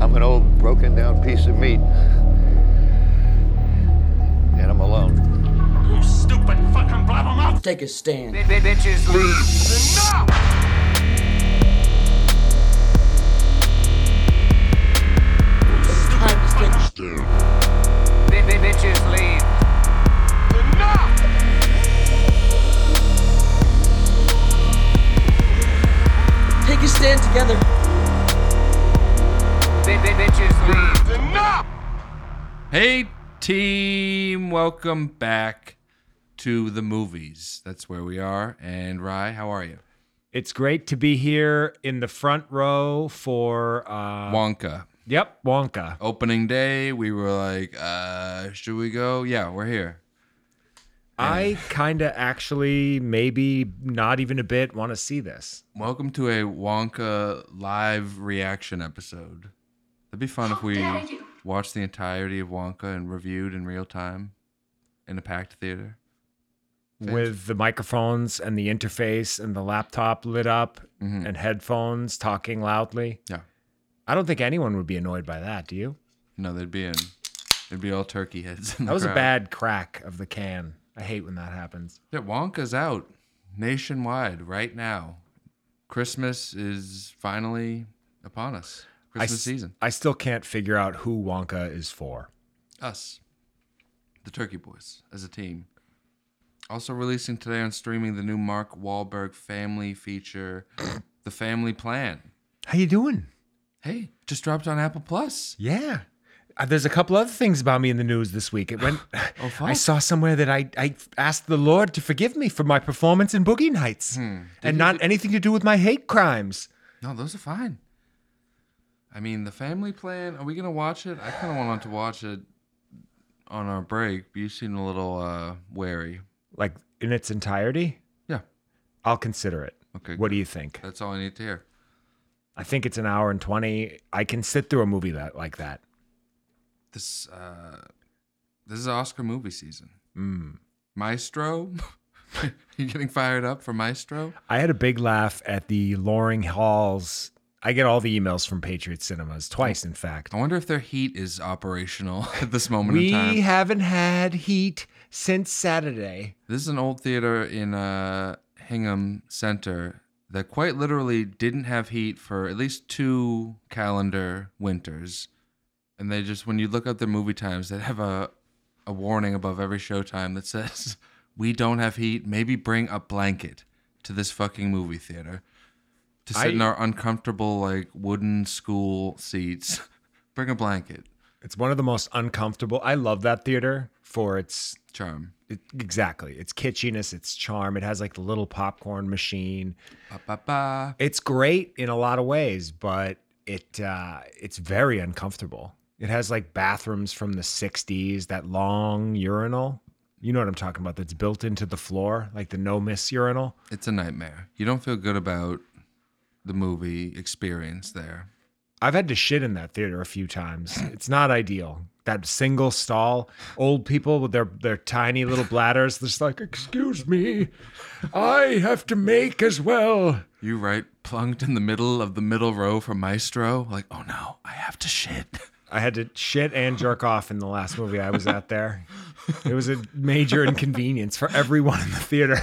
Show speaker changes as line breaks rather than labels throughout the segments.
I'm an old broken down piece of meat. And I'm alone.
You stupid fucking blabbermouth!
Take a stand.
Enough! Enough!
Take a stand together.
Enough!
Hey, team, welcome back to the movies. That's where we are. And Rye, how are you?
It's great to be here in the front row for uh
Wonka.
Yep, Wonka.
Opening day, we were like, uh, should we go? Yeah, we're here.
I kind of actually maybe not even a bit want to see this.
Welcome to a Wonka live reaction episode. That'd be fun if we watched the entirety of Wonka and reviewed in real time in a packed theater.
with the microphones and the interface and the laptop lit up and headphones talking loudly.
Yeah.
I don't think anyone would be annoyed by that, do you?
No, there'd be in. It'd be all turkey heads. in the
That was a
crowd.
bad crack of the can. I hate when that happens.
Yeah, Wonka's out nationwide right now. Christmas is finally upon us.
I
Christmas
s-
season.
I still can't figure out who Wonka is for.
Us. The Turkey Boys as a team. Also releasing today on streaming the new Mark Wahlberg family feature, The Family Plan.
How you doing?
Hey, just dropped on Apple Plus.
Yeah. Uh, there's a couple other things about me in the news this week. It went. I
Oh, fuck.
saw somewhere that I, I asked the Lord to forgive me for my performance in Boogie Nights,
Hmm.
and not anything to do with my hate crimes.
No, those are fine. I mean, The Family Plan, are we going to watch it? I kind of wanted to watch it on our break, but you seem a little uh, wary.
Like in its entirety,
Yeah.
I'll consider it.
Okay,
What do you think?
That's all I need to hear.
I think it's an hour and twenty. I can sit through a movie that like that.
This uh, this is Oscar movie season. Maestro, you getting fired up for Maestro?
I had a big laugh at the Loring Halls. I get all the emails from Patriot Cinemas twice, in fact.
I wonder if their heat is operational at this moment
We
in time.
haven't had heat since Saturday.
this is an old theater in uh, Hingham Center that quite literally didn't have heat for at least two calendar winters, and they just when you look up their movie times, they have a a warning above every showtime that says, "We don't have heat. Maybe bring a blanket to this fucking movie theater to sit in
I-
our uncomfortable like wooden school seats. bring a blanket."
It's one of the most uncomfortable. I love that theater for its
Charm.
it, exactly its kitschiness, its charm. It has like the little popcorn machine.
Ba ba ba.
It's great in a lot of ways, but it uh, it's very uncomfortable. It has like bathrooms from the '60s, that long urinal. You know what I'm talking about? That's built into the floor, like the no miss urinal.
It's a nightmare. You don't feel good about the movie experience there.
I've had to shit in that theater a few times. It's not ideal. That single stall, old people with their their tiny little bladders, just like, excuse me, I have to make as well.
You right plunked in the middle of the middle row for Maestro, like, oh no, I have to shit.
I had to shit and jerk off in the last movie I was at there. It was a major inconvenience for everyone in the theater.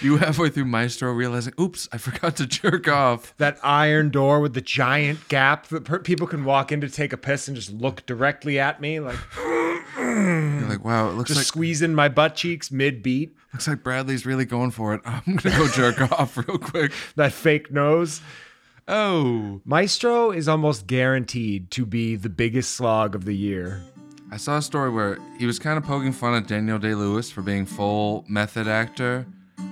You halfway through Maestro realizing, oops, I forgot to jerk off.
That iron door with the giant gap that per- people can walk in to take a piss and just look directly at me, like
You're like, wow, it looks
just
like
squeezing my butt cheeks mid beat.
looks like Bradley's really going for it. I'm gonna go jerk off real quick.
That fake nose.
Oh.
Maestro is almost guaranteed to be the biggest slog of the year.
I saw a story where he was kind of poking fun at Daniel Day Lewis for being full method actor,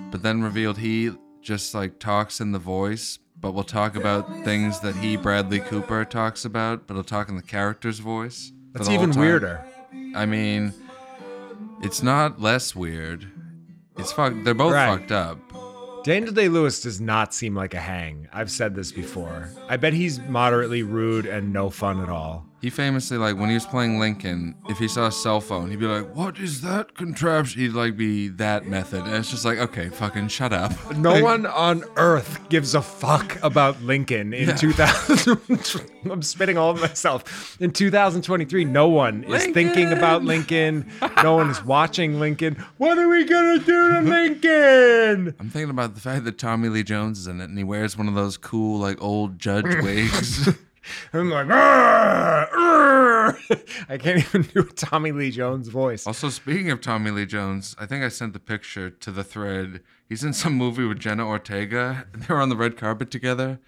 but then revealed he just like talks in the voice, but will talk about things that he, Bradley Cooper, talks about, but he'll talk in the character's voice. for
That's
the whole
even
time.
weirder.
I mean, it's not less weird. It's fucked. They're both
Right.
fucked up.
Daniel Day Lewis does not seem like a hang. I've said this before. I bet he's moderately rude and no fun at all.
He famously, like, when he was playing Lincoln, if he saw a cell phone, he'd be like, What is that contraption? He'd, like, be that method. And it's just like, okay, fucking shut up.
No
Like,
one on earth gives a fuck about Lincoln in 2000. I'm spitting all of myself. In 2023, no one is thinking about Lincoln. No one is watching Lincoln. What are we gonna do to Lincoln?
I'm thinking about the fact that Tommy Lee Jones is in it, and he wears one of those cool, like old judge wigs.
I'm like, "Arr, arr." I can't even do a Tommy Lee Jones voice.
also, speaking of Tommy Lee Jones, I think I sent the picture to the thread. He's in some movie with Jenna Ortega. and They're on the red carpet together,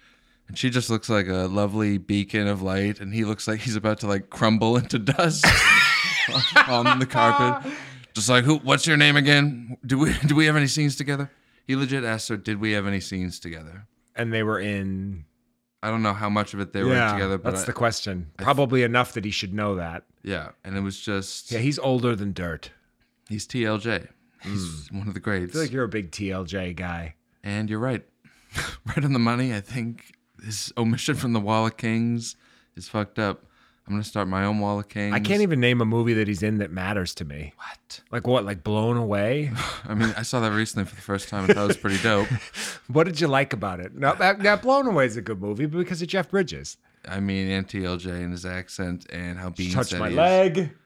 and she just looks like a lovely beacon of light, and he looks like he's about to like crumble into dust on the carpet. Just like, who? What's your name again? Do we do we have any scenes together? He legit asked her, "Did we have any scenes together?"
And they were in.
I don't know how much of it they were
yeah,
together, but
that's
I-
the question. Probably enough that he should know that.
yeah, and it was just
Yeah, he's older than dirt.
He's TLJ. He's one of the
I
greats.
Hmm. feel like you're a big TLJ guy.
and you're right. right on the money, I think. His omission from the Wall of Kings is fucked up. I'm going to start my own Wall of Kings.
I can't even name a movie that he's in that matters to me.
What?
Like what? Like Blown Away?
I mean, I saw that recently for the first time and thought it was pretty dope.
what did you like about it? Now, that, now Blown Away is a good movie but because of Jeff Bridges.
I mean, and TLJ and his accent and how beans
Touch
that
my
he is.
leg.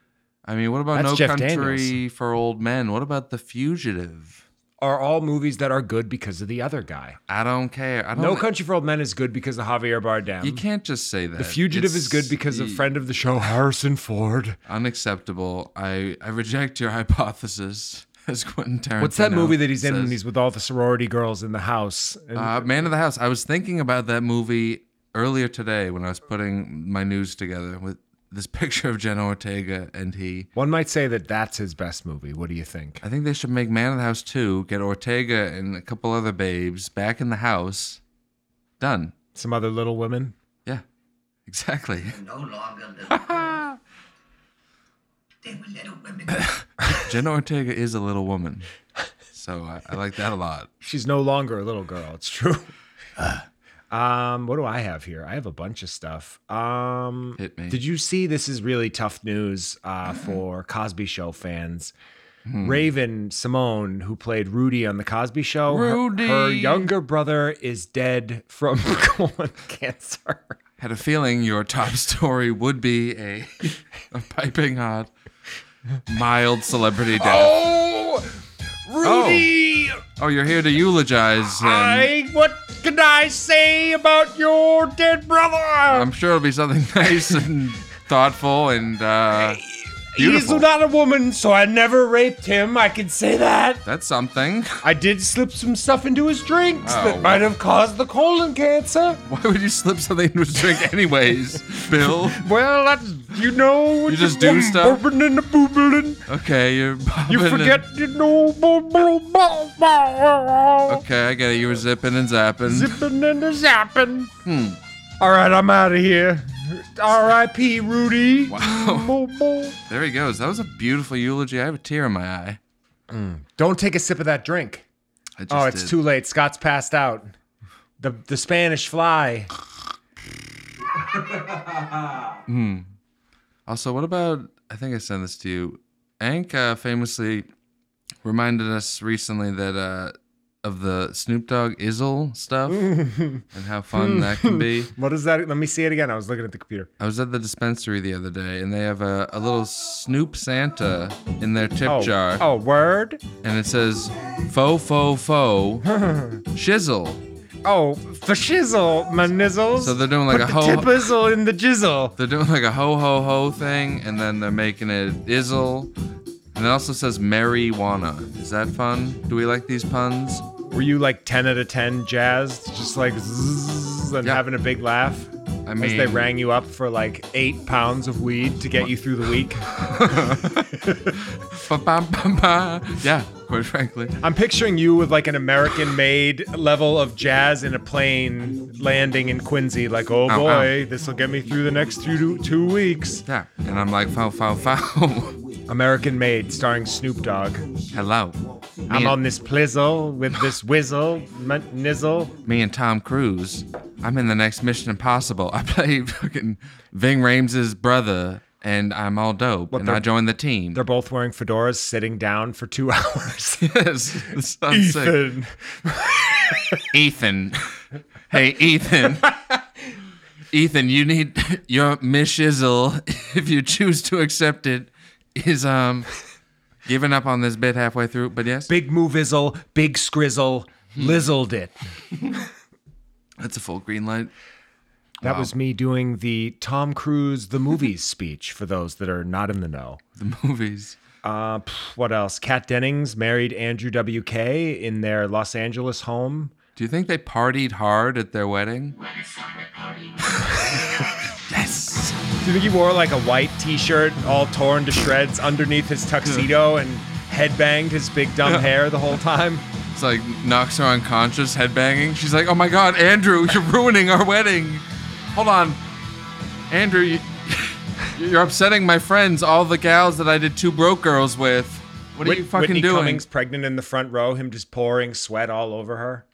I mean, what about
That's
No
Jeff
Country
Daniels.
for Old Men? What about The Fugitive?
Are all movies that are good because of the other guy.
I don't care. I don't
No Country for Old Men is good because of Javier Bardem.
You can't just say that.
the Fugitive is good because of friend of the show Harrison Ford.
Unacceptable. I, I reject your hypothesis as Quentin Tarantino.
What's that movie that he's in
says.
when he's with all the sorority girls in the house? And
Uh, Man of the House. I was thinking about that movie earlier today when I was putting my news together with this picture of Jenna Ortega and he.
one might say that that's his best movie. What do you think?
I think they should make Man of the House 2, get Ortega and a couple other babes back in the house. Done.
Some other Little Women.
Yeah, exactly.
no longer little girls. they were little women.
Jenna Ortega is a little woman. So I, I like that a lot.
She's no longer a little girl. It's true. um, what do I have here? I have a bunch of stuff. Um,
Hit me.
Did you see this is really tough news uh, for Cosby Show fans? Hmm. Raven Simone, who played Rudy on the Cosby Show, her-
Rudy!
her younger brother is dead from colon cancer.
Had a feeling your top story would be a, a piping hot, mild celebrity death.
Oh, Rudy!
Oh, you're here to eulogize him.
I what can I say about your dead brother?
I'm sure it'll be something nice and thoughtful and uh,
He's
beautiful.
not a woman, so I never raped him. I can say that.
That's something.
I did slip some stuff into his drinks
Oh.
that might have caused the colon cancer.
Why would you slip something into his drink, anyways, Bill?
Well, that's you know. what
just do
bum-
stuff?
bumping and a boobling.
Okay, you're. bobbing
You
and-
forget you know. bo- bo- bo- bo-
Okay, I get it. You were zipping and zapping.
Zipping and a zapping. All right, I'm out of here. R.I.P. Rudy.
Wow.
Bo- bo.
There he goes. That was a beautiful eulogy. I have a tear in my eye.
Don't take a sip of that drink.
I just
Oh, it's
did.
too late. Scott's passed out. The the Spanish fly.
Also, what about? I think I sent this to you. Ank uh, famously reminded us recently that uh, of the Snoop Dogg Izzle stuff and how fun that can be.
What is that? Let me see it again. I was looking at the computer.
I was at the dispensary the other day, and they have a, a little Snoop Santa in their tip
Oh,
jar,
oh, word.
and it says "fo fo fo shizzle."
Oh, for shizzle, my nizzles.
So they're doing like
Put
a
the
whole-
tippizzle in the jizzle.
They're doing like a ho ho ho thing, and then they're making it izzle, and it also says marijuana. Is that fun? Do we like these puns?
Were you like ten out of ten jazzed, just like zzzz and
Yeah.
having a big laugh?
I
As
mean,
they rang you up for like eight pounds of weed to get you through the week.
ba-ba-ba-ba. yeah, quite frankly.
I'm picturing you with like an American made level of jazz in a plane landing in Quincy, like, oh
Ow,
boy, this will get me through the next two, two weeks.
Yeah, and I'm like fo fo fo.
American made, starring Snoop Dogg.
Hello.
I'm
Me-
on this plizzle with this whizzle, m- nizzle.
me and Tom Cruise. I'm in the next Mission Impossible. I play fucking Ving Rhames' brother, and I'm all dope, and I
they're-
joined the team.
They're both wearing fedoras, sitting down for two hours.
yes, that sounds sick.
Ethan.
Ethan. hey, Ethan. Ethan, you need your mishizzle, if you choose to accept it, is um giving up on this bit halfway through. But yes,
Big movizzle, big scrizzle, lizzled it.
that's a full green light.
That was me doing the Tom Cruise the movies speech for those that are not in the know.
The movies.
Uh, pff, what else? Kat Dennings married Andrew WK in their Los Angeles home.
Do you think they partied hard at their wedding? yes.
Do you think he wore like a white T-shirt, all torn to shreds, underneath his tuxedo, and headbanged his big dumb hair the whole time?
It's like knocks her unconscious, headbanging. She's like, "Oh my God, Andrew, you're ruining our wedding." Hold on, Andrew, you, you're upsetting my friends, all the gals that I did two broke girls with. What are
Whit-
you fucking
Whitney
doing?
Cummings pregnant in the front row, him just pouring sweat all over her.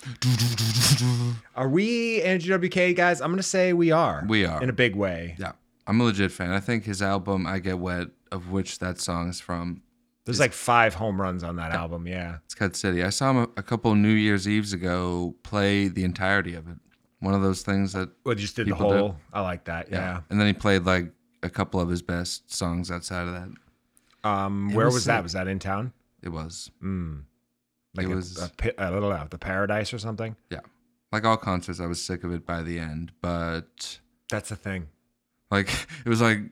Are we Andrew WK guys? I'm gonna say we are.
We are.
in a big way.
Yeah, I'm a legit fan. I think his album "I Get Wet," of which that song is from,
There's like five home runs on that album. Yeah.
it's Cut City. I saw him a, a couple New Year's Eves ago play the entirety of it. One of those things that
Well, you just did
People
the
do.
whole. I like that. Yeah.
And then he played like a couple of his best songs outside of that.
Um, where was,
was
that?
sick.
Was that in town?
It was
Mm. Like uh,
It
a,
was-
a pi- a little out the paradise or something.
like all concerts. I was sick of it by the end, but
That's the thing.
like it was like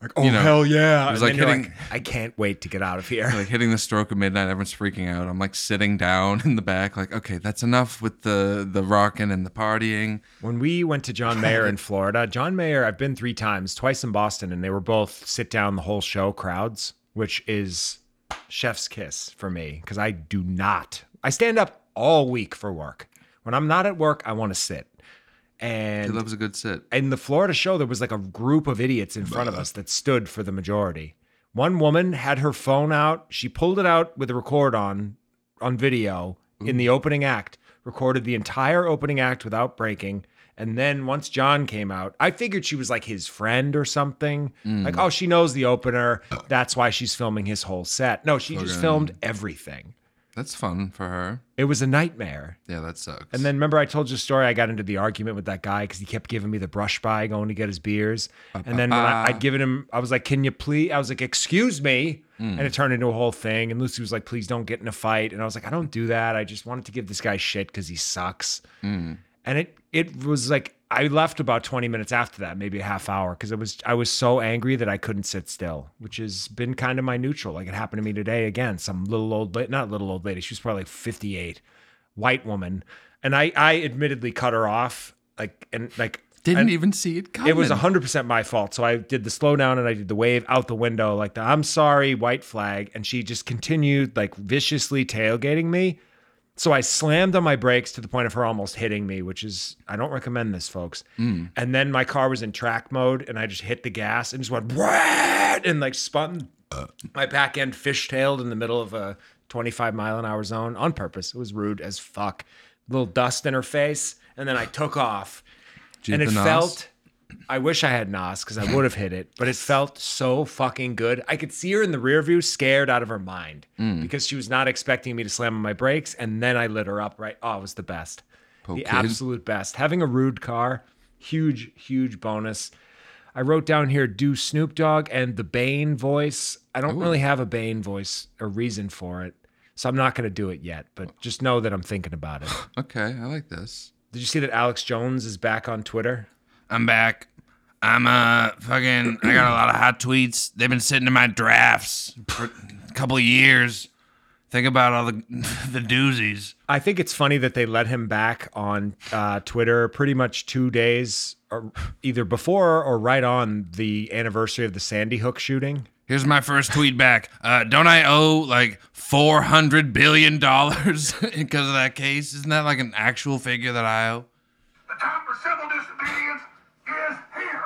Like, oh
know,
hell yeah!
it was
And
like
then you're
hitting-
I can't wait to get out of here.
like hitting the stroke of midnight. Everyone's freaking out. I'm like sitting down in the back, like okay, that's enough with the the rocking and the partying.
When we went to John Mayer in Florida, John Mayer, I've been three times, twice in Boston, and they were both sit down the whole show crowds, which is chef's kiss for me because I do not. I stand up all week for work. When I'm not at work, I want to sit.
He
And
loves a good sit.
in the Florida show, there was like a group of idiots in front of us that stood for the majority. One woman had her phone out. She pulled it out with a record on, on video in the opening act, recorded the entire opening act without breaking. And then once John came out, I figured she was like his friend or something. Like, oh, she knows the opener. That's why she's filming his whole set. No, she just
Okay.
filmed everything.
That's fun for her.
It was a nightmare.
Yeah, that sucks.
And then remember, I told you a story. I got into the argument with that guy because he kept giving me the brush by going to get his beers. And then when I, I'd given him, I was like, "Can you please?" I was like, "Excuse me," and it turned into a whole thing. And Lucy was like, "Please don't get in a fight." And I was like, "I don't do that. I just wanted to give this guy shit because he sucks." And it it was like I left about twenty minutes after that, maybe a half hour, because it was I was so angry that I couldn't sit still, which has been kind of my neutral. Like it happened to me today again. Some little old lady, not little old lady, she was probably like fifty eight white woman, and I I admittedly cut her off like and like
didn't
and
even see it coming.
it was hundred percent my fault. So I did the slowdown and I did the wave out the window like the I'm sorry white flag, and she just continued like viciously tailgating me. So I slammed on my brakes to the point of her almost hitting me, which is I don't recommend this, folks. And then my car was in track mode, and I just hit the gas and just went "Wah!" and like spun my back end fishtailed in the middle of a 25 mile an hour zone on purpose. It was rude as fuck. Little dust in her face, and then I took off,
Did you
and
hit
it
the nos?
felt. I wish I had Nas because I would have hit it, but it felt so fucking good. I could see her in the rear view, scared out of her mind
Mm.
because she was not expecting me to slam on my brakes, and then I lit her up. Right? Oh, it was the best,
Poor
the
kid.
absolute best. Having a rude car, huge, huge bonus. I wrote down here do Snoop Dogg and the Bane voice. I don't really have a Bane voice or reason for it. So I'm not going to do it yet, but just know that I'm thinking about it.
Okay, I like this.
Did you see that Alex Jones is back on Twitter?
I'm back. I'm uh fucking. I got a lot of hot tweets. They've been sitting in my drafts for a couple of years. Think about all the the doozies.
I think it's funny that they let him back on uh, Twitter pretty much two days or either before or right on the anniversary of the Sandy Hook shooting.
Here's my first tweet back. Uh, don't I owe like four hundred billion dollars because of that case? Isn't that like an actual figure that I owe?
The time for civil disobedience is here.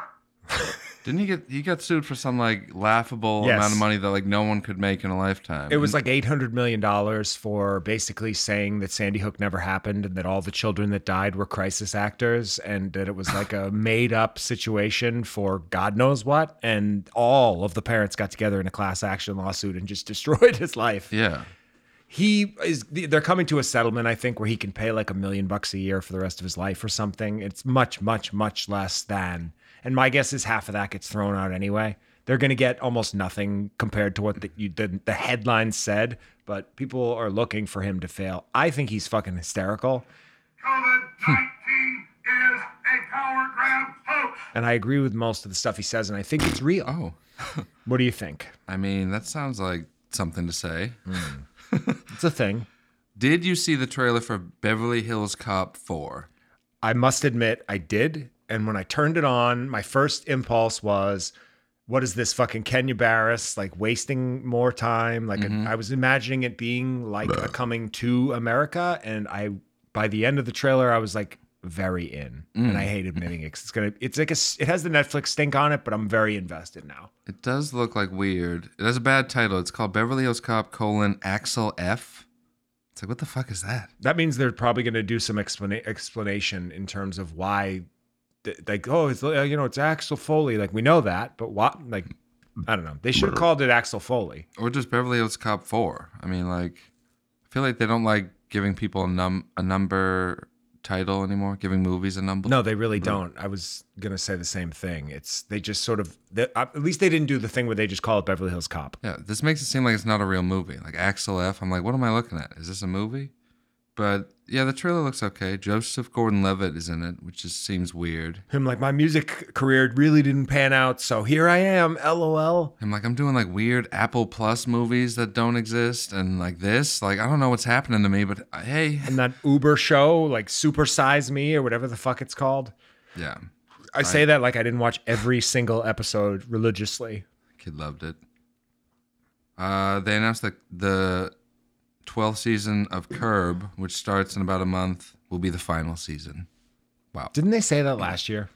Didn't he get he got sued for some like laughable
Yes.
amount of money that like no one could make in a lifetime?
It was like eight hundred million dollars for basically saying that Sandy Hook never happened and that all the children that died were crisis actors and that it was like a made-up situation for God knows what. And all of the parents got together in a class action lawsuit and just destroyed his life.
yeah.
he is they're coming to a settlement i think where he can pay like a million bucks a year for the rest of his life or something it's much much much less than and my guess is half of that gets thrown out anyway they're going to get almost nothing compared to what the, you, the the headlines said but people are looking for him to fail i think he's fucking hysterical
COVID 19 is a power grab hoax.
and i agree with most of the stuff he says and i think it's real
Oh,
what do you think
I mean, that sounds like something to say.
it's a thing
Did you see the trailer for Beverly Hills Cop 4?
I must admit, I did. And when I turned it on, my first impulse was, what is this fucking Kenya Barris like wasting more time? Like I was imagining it being like a coming to America. And I, by the end of the trailer, I was like very in and I hate admitting it. 'cause It's going to, it's like a, s- it has the Netflix stink on it, but I'm very invested now.
It does look like weird. It has a bad title. It's called Beverly Hills Cop colon Axel F. It's like, what the fuck is that?
That means they're probably going to do some explana- explanation in terms of why, th- like, oh, it's uh, you know, it's Axel Foley. Like we know that, but what? Like, I don't know. They should have called it Axel Foley.
Or just Beverly Hills Cop 4. I mean, like, I feel like they don't like giving people a, num- a number title anymore, giving movies a number.
No, they really don't. I was gonna say the same thing. It's they just sort of. They, uh, at least they didn't do the thing where they just call it Beverly Hills Cop.
Yeah, this makes it seem like it's not a real movie. Like Axel F, I'm like, what am I looking at? Is this a movie? But yeah, the trailer looks okay. Joseph Gordon-Levitt is in it, which just seems weird.
Him like my music career really didn't pan out, so here I am. LOL.
I'm like, I'm doing like weird Apple Plus movies that don't exist, and like this, like I don't know what's happening to me, but uh, hey,
And that Uber show, like Super Size Me or whatever the fuck it's called.
yeah,
I say that like I didn't watch every single episode religiously.
kid loved it. Uh, they announced that the 12th season of Curb, which starts in about a month, will be the final season.
Didn't they say that last year?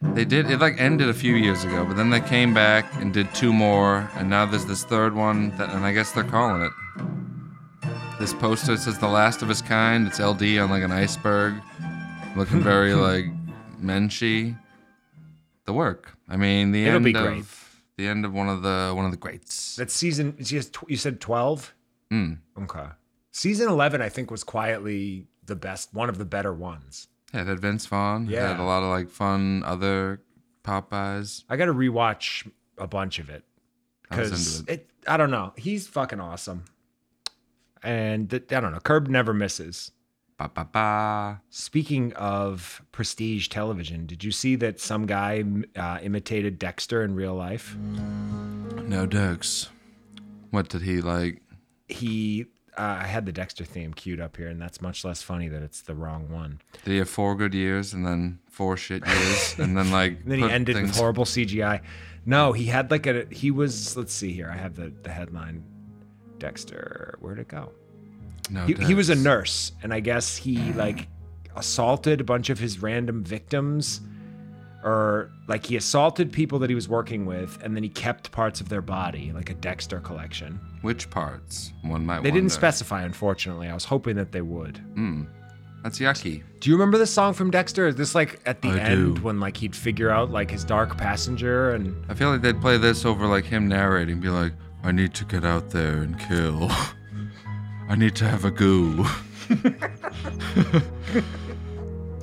They did. It like ended a few years ago, but then they came back and did two more, and now there's this third one, that, and I guess they're calling it. This poster says "The Last of His Kind." It's LD on like an iceberg, looking very like menschy. The work. I mean, the
It'll
end
be
of
great.
the end of one of the one of the greats.
That season, it's just tw- you said 12?
Mm.
Okay. Season 11, I think, was quietly the best, one of the better ones.
Yeah, it had Vince Vaughn. It had
Yeah.
a lot of like fun other Popeyes.
I got to rewatch a bunch of it
I was
because
into
it. I don't know. He's fucking awesome. And th- I don't know. Curb never misses.
Ba ba ba.
Speaking of prestige television, did you see that some guy m- uh, imitated Dexter in real life?
Mm. No Dirks. What did he like?
He, uh, I had the Dexter theme queued up here, and that's much less funny that it's the wrong one.
Did he have four good years and then four shit years and then like
And then he
put
ended with
things-
horrible CGI. No, he had like a he was let's see here. I have the, the headline. Dexter, where'd it go?
No,
He, he was a
Debs.
nurse, and I guess he like assaulted a bunch of his random victims. Or like he assaulted people that he was working with, and then he kept parts of their body, like a Dexter collection.
Which parts? One might.
They didn't
wonder.
specify, unfortunately. I was hoping that they would.
That's yucky.
Do you remember this song from Dexter? Is this like at the
I
end
do.
when like he'd figure out like his dark passenger and
I feel like they'd play this over like him narrating, be like, "I need to get out there and kill. I need to have a goo."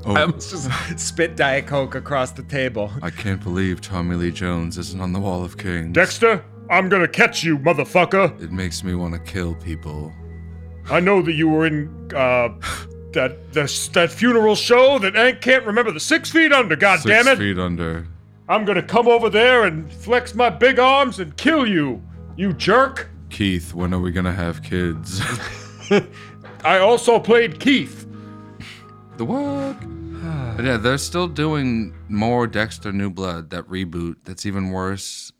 oh,
I almost just spit Diet Coke across the table.
I can't believe Tommy Lee Jones isn't on the Wall of Kings.
Dexter, I'm gonna catch you, motherfucker.
It makes me want to kill people.
I know that you were in uh, that, that that funeral show that Hank can't remember the six feet under. God
Six feet under.
I'm gonna come over there and flex my big arms and kill you, you jerk.
Keith, when are we gonna have kids?
I also played Keith.
The work. but yeah, they're still doing more Dexter New Blood, that reboot that's even worse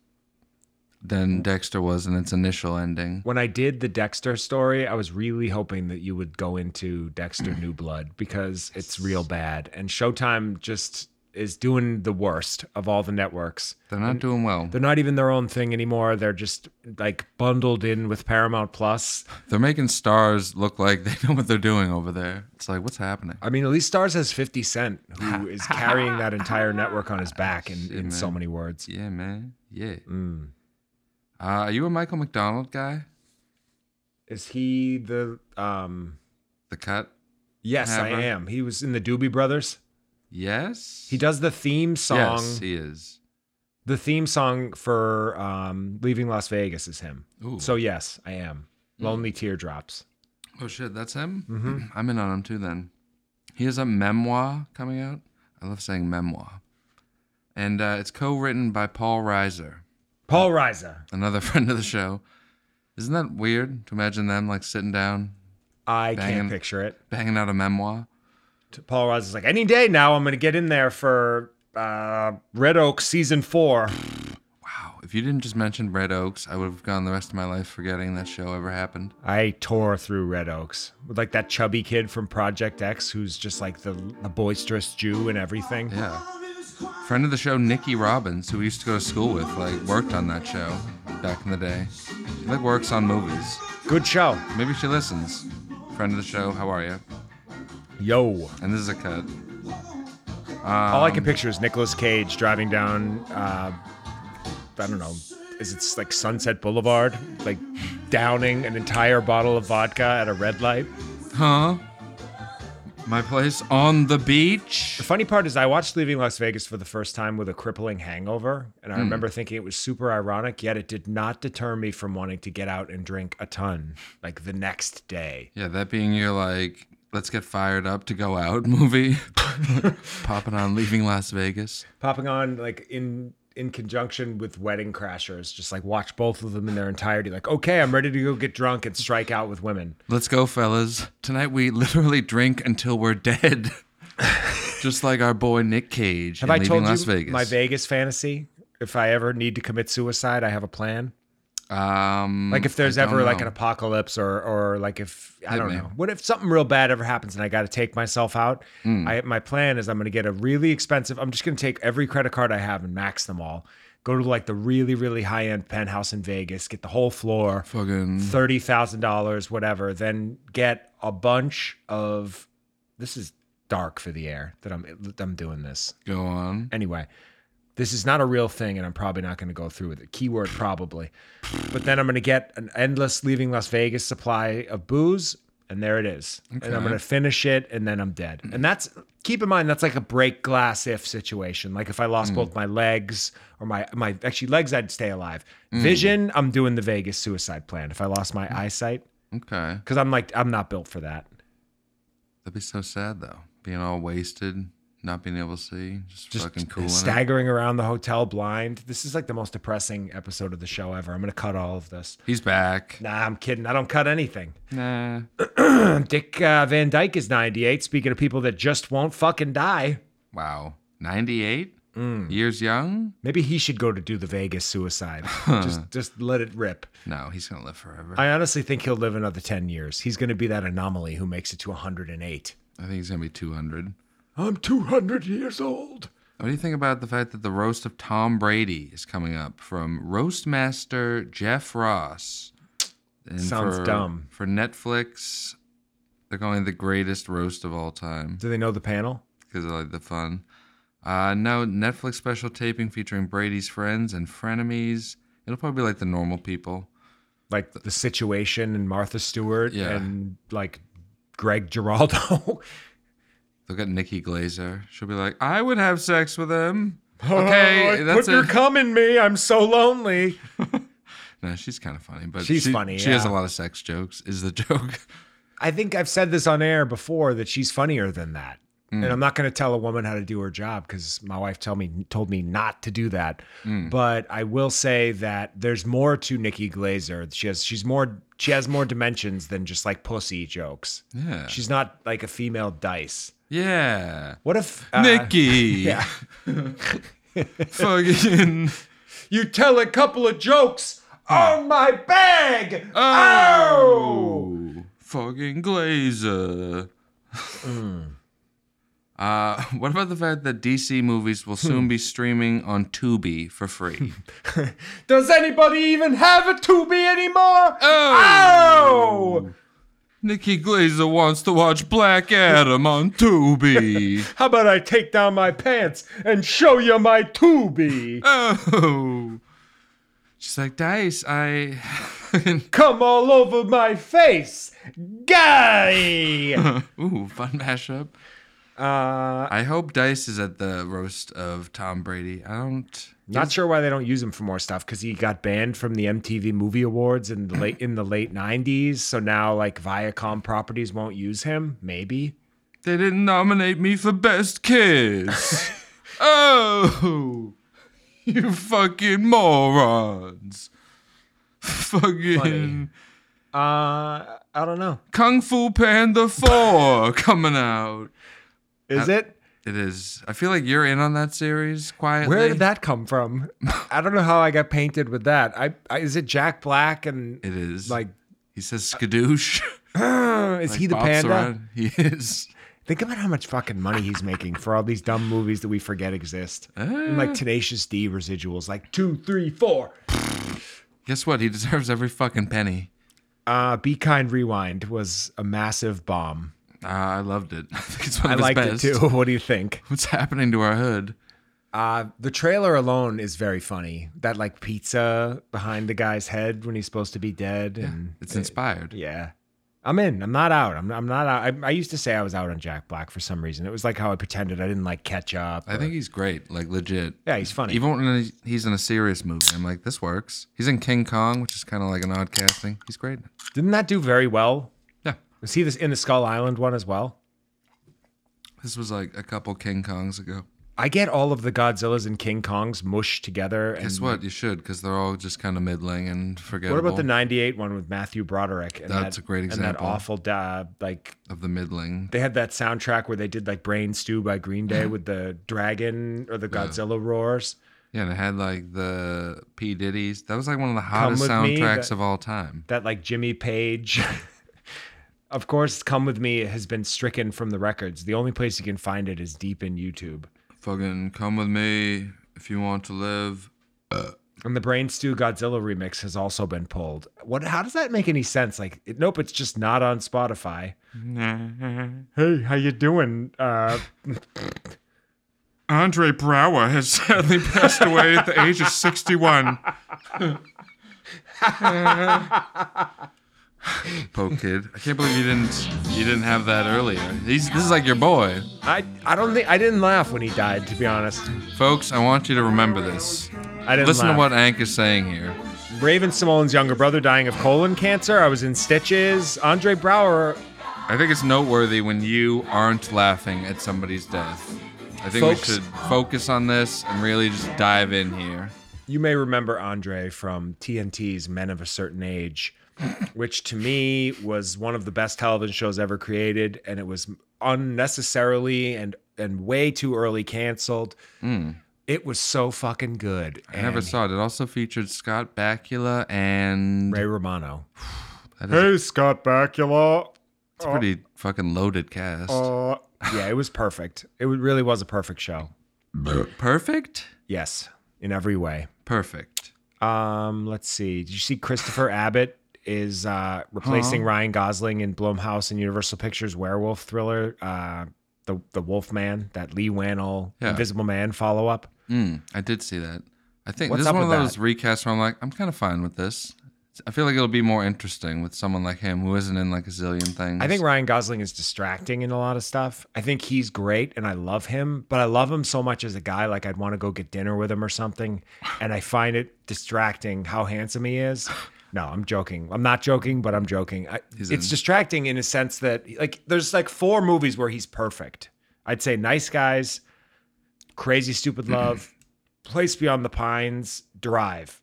than Dexter was in its initial ending.
When I did the Dexter story, I was really hoping that you would go into Dexter New Blood because it's real bad, and Showtime just is doing the worst of all the networks.
They're not doing well.
They're not even their own thing anymore. They're just like bundled in with Paramount Plus.
They're making stars look like they know what they're doing over there. It's like, what's happening?
I mean, at least Stars has 50 Cent, who is carrying that entire network on his back in, in so many words.
Yeah,
Mm.
man. Yeah. Uh, are you a Michael McDonald guy?
Is he the um
The cut?
Yes,
Hammer.
I am. He was in the Doobie Brothers.
Yes.
He does the theme song.
Yes, he is.
the theme song for um Leaving Las Vegas is him.
Ooh. Hmm.
So yes, I am. Lonely Teardrops.
Oh shit, that's him. I'm in on him too. Then he has a memoir coming out. I love saying memoir, and uh, it's co-written by Paul Reiser,
Paul Reiser.
another friend of the show. Isn't that weird to imagine them like sitting down,
I
Bangin'.
can't picture it.
banging out a memoir?
T- Paul Reiser's like, any day now I'm gonna get in there for uh Red Oak season four.
Wow! If you didn't just mention Red Oaks, I would have gone the rest of my life forgetting that show ever happened.
I tore through Red Oaks with like that chubby kid from Project X who's just like the, the boisterous Jew and everything.
Yeah. Friend of the show, Nikki Robbins, who we used to go to school with, like worked on that show back in the day. She like works on movies.
Good show.
Maybe she listens. Friend of the show, how are you?
Yo.
And this is a cut.
All I can picture is Nicolas Cage driving down, uh, I don't know, is it like Sunset Boulevard? Like downing an entire bottle of vodka at a red light.
Huh? My place on the beach?
The funny part is, I watched Leaving Las Vegas for the first time with a crippling hangover, and I remember thinking it was super ironic, yet it did not deter me from wanting to get out and drink a ton like the next day.
Yeah, that being your like, let's get fired up to go out movie. Popping on leaving Las Vegas.
popping on like in in conjunction with wedding crashers just like watch both of them in their entirety like okay i'm ready to go get drunk and strike out with women
Let's go, fellas. Tonight we literally drink until we're dead. Just like our boy Nick Cage
have
in
i
leaving
told
Las
you
Vegas.
my vegas fantasy if i ever need to commit suicide i have a plan
um,
like if there's
I don't
ever like
know.
an apocalypse or or like if i
Hit
don't
me.
know what if something real bad ever happens and i got to take myself out
Mm.
i my plan is i'm going to get a really expensive i'm just going to take every credit card i have and max them all go to like the really really high end penthouse in vegas get the whole floor
fucking
thirty thousand dollars, whatever, then get a bunch of. This is dark for the air that I'm I'm doing this
go on.
anyway. This is not a real thing, and I'm probably not going to go through with it. Keyword probably, but then I'm going to get an endless leaving Las Vegas supply of booze, and there it is. And I'm
Okay.
going to finish it, and then I'm dead. And that's keep in mind that's like a break glass if situation. Like if I lost both my legs or my my actually legs, I'd stay alive. Vision, I'm doing the Vegas suicide plan. If I lost my eyesight,
Okay.
because I'm like I'm not built for that.
That'd be so sad though. Being all wasted, not being able to see, just,
just
fucking cool.
staggering around the hotel blind. This is like the most depressing episode of the show ever. I'm gonna cut all of this.
He's back.
Nah, I'm kidding. I don't cut anything.
Nah.
Dick uh, Van Dyke is 98. Speaking of people that just won't fucking die,
Wow. 98?
Mm.
Years young?
maybe he should go to do the Vegas suicide. just, just let it rip.
No, he's going to live forever. I,
I honestly think he'll live another 10 years. He's gonna be that anomaly who makes it to 108.
think he's going to be 200.
I'm 200 years old.
What do you think about the fact that the roast of Tom Brady is coming up from roast master Jeff Ross? And
Sounds
for,
dumb.
For Netflix, they're going the greatest roast of all time
Do they know the panel?
because I like the fun. Uh, no, Netflix special taping featuring Brady's friends and frenemies. It'll probably be like the normal people.
Like the situation and Martha Stewart
Yeah.
and like Greg Giraldo.
They'll get Nikki Glazer. She'll be like, I would have sex with him. Okay,
Oh,
that's
put your
it.
cum in me. I'm so lonely.
no, she's kind of funny, but
She's
she-
funny,
She has a
yeah.
lot of sex jokes. Is the joke?
I think I've said this on air before that she's funnier than that.
Mm.
And I'm not going to tell a woman how to do her job because my wife tell me told me not to do that.
Mm.
But I will say that there's more to Nikki Glazer. She has she's more she has more dimensions than just like pussy jokes.
Yeah.
She's not like a female dice.
yeah.
What if uh,
Nikki.
Yeah.
Fucking.
You tell a couple of jokes. Oh my bag.
Oh. Fucking Glazer. Uh, what about the fact that DC movies will soon be streaming on Tubi for free?
Does anybody even have a Tubi anymore? Oh!
Nikki Glazer wants to watch Black Adam on Tubi.
How about I take down my pants and show you my Tubi?
Oh. She's like, Dice, I
Come all over my face, guy.
Ooh, fun mashup.
Uh,
I hope Dice is at the roast of Tom Brady. I don't.
Not sure why they don't use him for more stuff because he got banned from the MTV Movie Awards in the late in the late '90s. So now, like Viacom properties won't use him. Maybe
They didn't nominate me for best kiss. oh, you fucking morons! Fucking
Funny. uh, I don't know.
Kung Fu Panda Four coming out.
Is it?
It is. I feel like you're in on that series quietly.
Where did that come from? I don't know how I got painted with that. I, I is it Jack Black and
It is.
like
he says skadoosh.
is he the panda?
He is.
Think about how much fucking money he's making for all these dumb movies that we forget exist. And, like Tenacious D residuals, like two, three, four.
Guess what? He deserves every fucking penny.
Uh, Be Kind Rewind was a massive bomb.
Uh, I loved it. I think it's one
I
of his
liked
best.
it too. What do you think?
What's happening to our hood?
Uh, the trailer alone is very funny. That like pizza behind the guy's head when he's supposed to be dead, and
It's inspired.
Uh, Yeah. I'm in. I'm not out. I'm, I'm not out. I, I used to say I was out on Jack Black for some reason. It was like how I pretended I didn't like ketchup.
I think he's great. Like legit.
Yeah, he's funny.
Even when he- he's in a serious movie, I'm like, this works. He's in King Kong, which is kind of like an odd casting. He's great.
Didn't that do very well?
Yeah.
Was he this in the Skull Island one as well?
This was like a couple King Kongs ago.
I get all of the Godzillas and King Kongs mushed together. And
Guess what? You should, because they're all just kind of middling and
What
forgettable.
about the '98 one with Matthew Broderick? And
That's a great
And that
example.
awful, da- like
of the middling?
they had that soundtrack where they did like Brain Stew by Green Day with the dragon or the Godzilla roars.
Yeah, and it had like the P Diddy's. That was like one of the hottest
With Me,
soundtracks
that-
of all time.
that like Jimmy Page. of course, Come With Me has been stricken from the records. The only place you can find it is deep in YouTube.
Fucking come with me if you want to live.
And the Brain Stew Godzilla remix has also been pulled. What? How does that make any sense? Like, it, nope, it's just not on Spotify. hey, how you doing? Uh,
Andre Brower has sadly passed away at the age of 61. Poke kid, I can't believe you didn't you didn't have that earlier. He's, this is like your boy,
I I don't think I didn't laugh when he died. To be honest,
folks. I want you to remember this.
I didn't
Listen
laugh.
to what Ank is saying here.
Raven Simone's younger brother dying of colon cancer. I was in stitches. Andre Brower
I think it's noteworthy when you aren't laughing at somebody's death. I think
Folks-
we should focus on this and really just dive in here.
You may remember Andre from TNT's Men of a Certain Age, which to me was one of the best television shows ever created, and it was unnecessarily and and way too early canceled. It was so fucking good.
Hmm. I never
and
saw it. It also featured Scott Bakula and
Ray Romano.
that is-
Hey, Scott Bakula.
It's a pretty fucking loaded cast.
Uh, yeah, it was perfect. It really was a perfect show.
Perfect?
Yes, in every way.
Perfect.
Um, let's see. Did you see Christopher Abbott is uh, replacing Ryan Gosling in Blumhouse and Universal Pictures werewolf thriller, uh, the the Wolfman, that Lee Wannell
Yeah.
Invisible Man follow up.
Mm, I did see that. I think
What's
this is
up
one of
with
those
that?
recasts where I'm like, I'm kind of fine with this. I feel like it'll be more interesting with someone like him who isn't in like a zillion things.
I think Ryan Gosling is distracting in a lot of stuff. I think he's great and I love him, but I love him so much as a guy like I'd want to go get dinner with him or something, and I find it distracting how handsome he is. No, I'm joking. I'm not joking, but I'm joking. I, it's
in.
distracting in a sense that like there's like four movies where he's perfect. I'd say Nice Guys, Crazy Stupid Love, Place Beyond the Pines, Drive.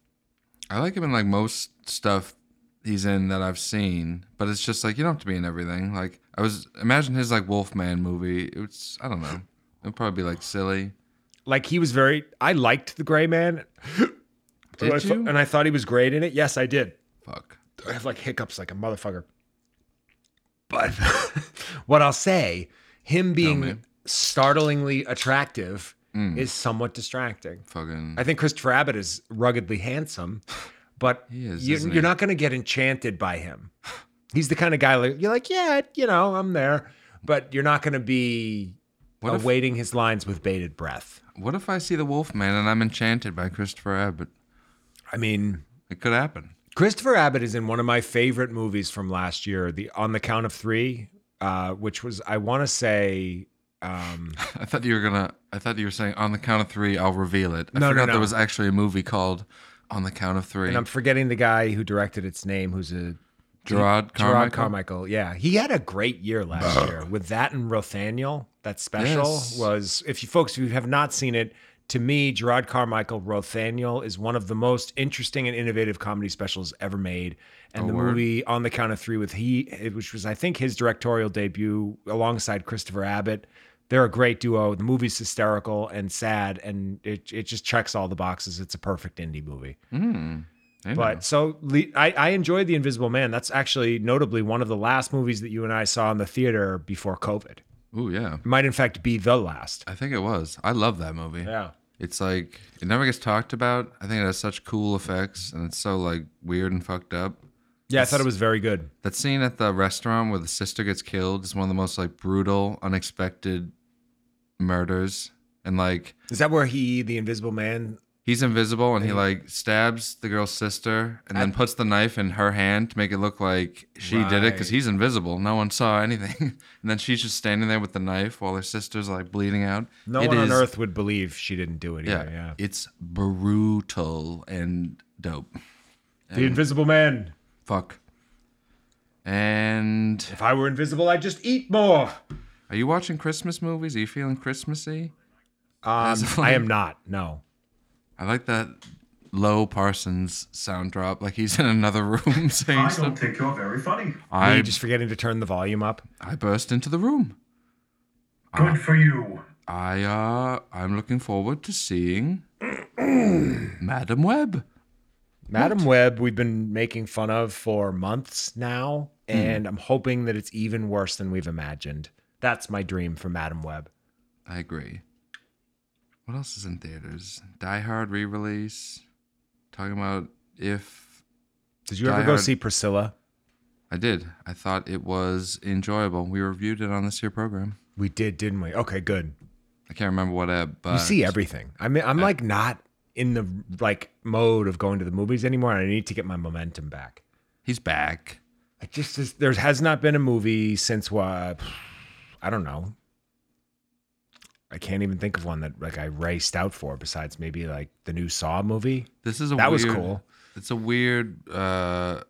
I like him in like most stuff he's in that I've seen, but it's just like you don't have to be in everything. Like I was imagine his like Wolfman movie. It's I don't know. It'd probably be like silly.
like he was very I liked the gray man.
Did
and, I thou-
you?
and I thought he was great in it. Yes, I did.
Fuck.
I have like hiccups like a motherfucker. But what I'll say, him being
man.
startlingly attractive
Mm.
is somewhat distracting.
Fucking
I think Christopher Abbott is ruggedly handsome, but
He is,
you,
isn't
you're
he?
not going to get enchanted by him. He's the kind of guy like you're like, yeah, you know, I'm there, but you're not going to be
What if-
awaiting his lines with bated breath.
What if I see the Wolfman and I'm enchanted by Christopher Abbott?
I mean,
It could happen.
Christopher Abbott is in one of my favorite movies from last year, the On the Count of Three, uh, which was I want to say. Um,
I thought you were gonna. I thought you were saying on the count of three, I'll reveal it. I
No, no,
forgot
no.
there was actually a movie called On the Count of Three.
and I'm forgetting the guy who directed its name, who's a
Gerard
Gerard
Carmichael.
Carmichael. Yeah, he had a great year last year with that and Rothaniel. That special
Yes.
was, if you folks who have not seen it, to me, Gerard Carmichael Rothaniel is one of the most interesting and innovative comedy specials ever made. And
Oh,
the
word.
movie On the Count of Three with he, it- which was I think his directorial debut alongside Christopher Abbott. They're a great duo. The movie's hysterical and sad, and it it just checks all the boxes. It's a perfect indie movie.
Mm, I know.
But so le- I, I enjoyed The Invisible Man. That's actually notably one of the last movies that you and I saw in the theater before COVID. It
ooh, yeah,
might, in fact, be the last.
I think it was. I love that movie.
Yeah.
It's like it never gets talked about. I think it has such cool effects, and it's so like weird and fucked up.
Yeah, I thought it was very good.
That scene at the restaurant where the sister gets killed is one of the most like brutal, unexpected murders. And like
Is that where he, The Invisible Man,
he's invisible and he like stabs the girl's sister and then puts the knife in her hand to make it look like she did it because
Right.
he's invisible. No one saw anything. and then she's just standing there with the knife while her sister's like bleeding out.
no
It
one
is-
on earth would believe she didn't do it
Yeah,
either. Yeah.
It's brutal and dope.
The Invisible Man.
Fuck. And
If I were invisible, I'd just eat more.
are you watching Christmas movies? Are you feeling Christmassy?
Um,
That's
I
like-
am not. No.
I like that low Parsons sound drop. Like he's in another room saying
I don't
stuff.
think you're very funny.
Are
I,
you just forgetting to turn the volume up?
I burst into the room.
Good for you.
I uh I'm looking forward to seeing Madam Web.
Madam Web, we've been making fun of for months now, and I'm hoping that it's even worse than we've imagined. That's my dream for Madam Web.
I agree. What else is in theaters? Die Hard re-release. Talking about if
Did you
Die
ever go
Hard.
see Priscilla?
I did. I thought it was enjoyable. We reviewed it on this here program.
We did, didn't we? Okay, good.
I can't remember what app, but
You see everything. I mean, I'm like not in the like mode of going to the movies anymore. and I need to get my momentum back.
he's back.
I just just- there has not been a movie since what I don't know. I can't even think of one that like I raced out for besides maybe like the new Saw movie.
This is a
That
weird,
was cool.
It's a weird uh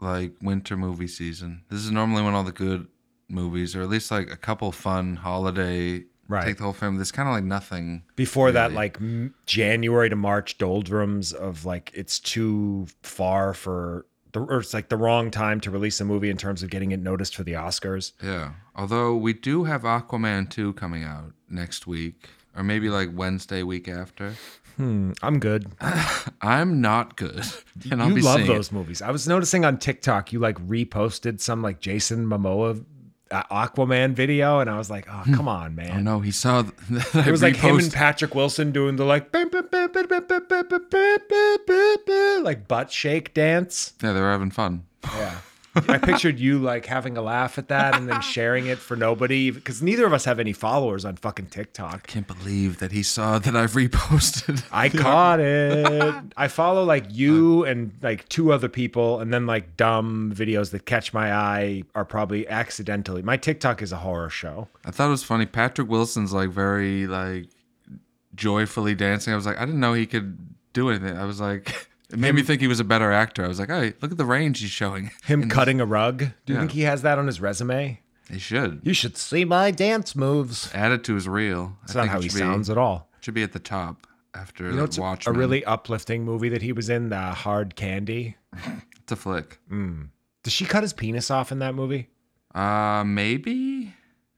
like winter movie season. This is normally when all the good movies, or at least like a couple fun holiday
Right.
take the whole family. There's kind of like nothing.
before that
Really?
like m- january to march doldrums of like it's too far for the or it's like the wrong time to release a movie in terms of getting it noticed for the oscars
Yeah. Although we do have Aquaman 2 coming out next week, or maybe like Wednesday week after.
hmm i'm good
I'm not good. And I'll
you
be
love
seeing it.
those movies i was noticing on tiktok you like reposted some like jason momoa uh, aquaman video and i was like oh come on
Oh
man
no, he saw th- that I
It was like him and
reposted-
Patrick Wilson doing the like, "Bip, bip, bip, bip, bip, bip, bip, bip, bip, bip, bip, bip," like butt shake dance.
Yeah, they were having fun.
Yeah. I pictured you like having a laugh at that and then sharing it for nobody because neither of us have any followers on fucking TikTok.
Can't believe that he saw that I've reposted.
I caught it. I follow like you and like two other people, and then like dumb videos that catch my eye are probably accidentally. My TikTok is a horror show.
I thought it was funny. Patrick Wilson's like very like joyfully dancing. I was like, I didn't know he could do anything. I was like, it made me think he was a better actor. I was like, hey, look at the range he's showing.
Him cutting a rug. Do you
Yeah.
think he has that on his resume?
He should.
You should see my dance moves.
Add it to his reel.
That's not how he sounds at all.
Should be at the top after
You know,
like,
it's a
Watchmen.
really uplifting movie that he was in, The Hard Candy.
it's a flick.
Does she cut his penis off in that movie?
Uh, maybe.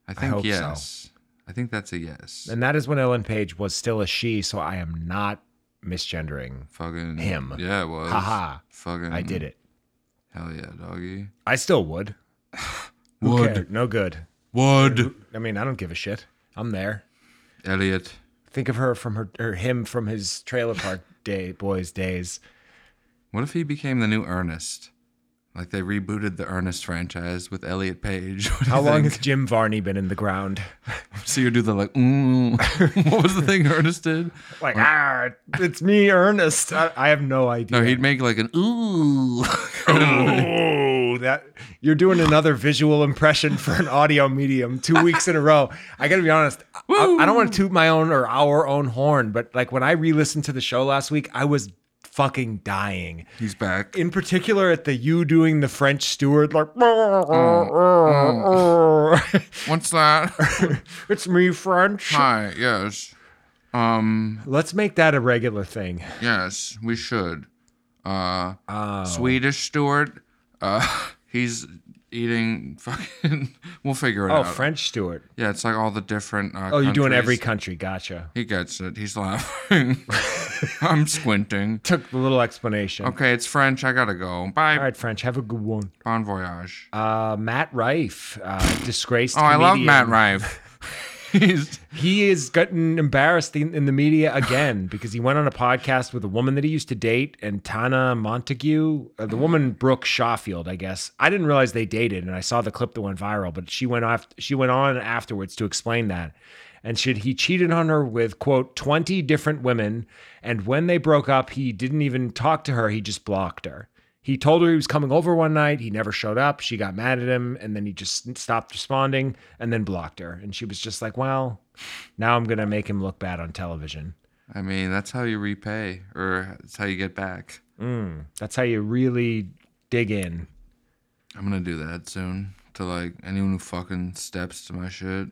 I think
hope so.
yes. I think that's a yes.
And that is when Ellen Page was still a she, so I am not misgendering.
Fucking
Him.
Yeah, it was.
Haha.
Fucking.
I did it.
Hell yeah, doggy.
I still would. Who cared? No good.
Wood.
I mean, I don't give a shit. I'm there.
Elliot.
Think of her from her or him from his trailer park day boys days.
What if he became the new Ernest? Like they rebooted the Ernest franchise with Elliot Page. What do
How
you
long
think?
has Jim Varney been in the ground?
So you do the like, mm. what was the thing Ernest did?
Like, ah, it's me, Ernest. I, I have no idea.
No, he'd make like an ooh.
Oh, that you're doing another visual impression for an audio medium two weeks in a row. I gotta be honest, I, I don't want to toot my own or our own horn, but like when I re-listened to the show last week, I was fucking dying.
He's back.
In particular, at the you doing the French steward, like,
What's that?
it's me, French.
Hi, yes. Um,
Let's make that a regular thing.
yes, we should. Uh,
Oh.
Swedish Stewart. Uh, he's eating fucking. We'll figure it
Oh,
out.
French steward.
Yeah, it's like all the different. Uh,
Oh, you're doing every
countries.
country. Gotcha.
He gets it. He's laughing. I'm squinting.
Took the little explanation.
Okay, it's French. I gotta go. Bye.
All right, French. Have a good one.
Bon voyage.
Uh, Matt Rife, uh, disgraced.
oh, I love
comedian.
Matt Rife. he's
He is gotten embarrassed in, in the media again because he went on a podcast with a woman that he used to date and Tana Montague, uh, the woman Brooke Shawfield, I guess. I didn't realize they dated, and I saw the clip that went viral. But she went off. She went on afterwards to explain that, and should he cheated on her with quote twenty different women, and when they broke up, he didn't even talk to her. He just blocked her. He told her he was coming over one night. He never showed up. She got mad at him, and then he just stopped responding and then blocked her. And she was just like, "Well, now I'm gonna make him look bad on television."
I mean, that's how you repay, or that's how you get back.
That's how you really dig in.
I'm gonna do that soon to like anyone who fucking steps to my shit.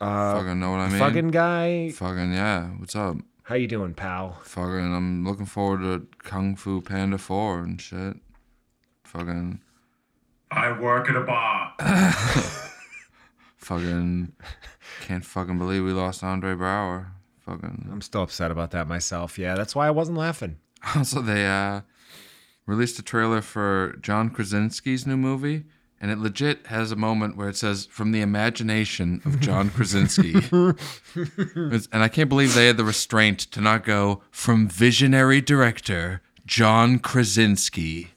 Uh, fucking know what I mean?
Fucking guy,
Fucking yeah. What's up?
how you doing, pal?
Fucking, I'm looking forward to Kung Fu Panda 4 and shit. Fucking,
I work at a bar.
fucking, can't fucking believe we lost Andre Brower. Fucking.
I'm still upset about that myself. Yeah, that's why I wasn't laughing.
Also, they uh, released a trailer for John Krasinski's new movie, and it legit has a moment where it says, "From the imagination of John Krasinski," It's- and I can't believe they had the restraint to not go from visionary director John Krasinski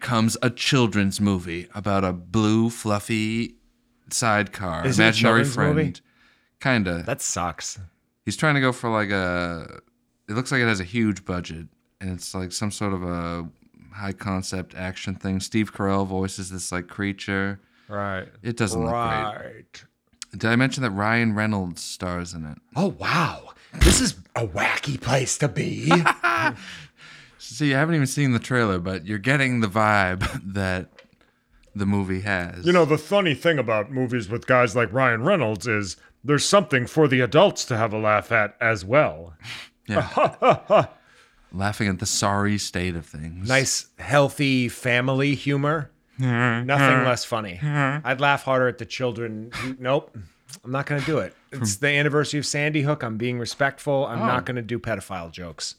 comes a children's movie about a blue fluffy sidecar
Is it a children's movie?
Kinda.
That sucks.
He's trying to go for like a. It looks like it has a huge budget, and it's like some sort of a high concept action thing. Steve Carell voices this like creature.
Right.
It doesn't look
Right.
great. Did I mention that Ryan Reynolds stars in it?
Oh wow, this is a wacky place to be.
See, you haven't even seen the trailer, but you're getting the vibe that the movie has.
You know, the funny thing about movies with guys like Ryan Reynolds is there's something for the adults to have a laugh at as well.
laughing at the sorry state of things.
nice, healthy family humor. Nothing less funny. I'd laugh harder at the children. who- Nope, I'm not going to do it. It's the anniversary of Sandy Hook. I'm being respectful. I'm not going to do pedophile jokes.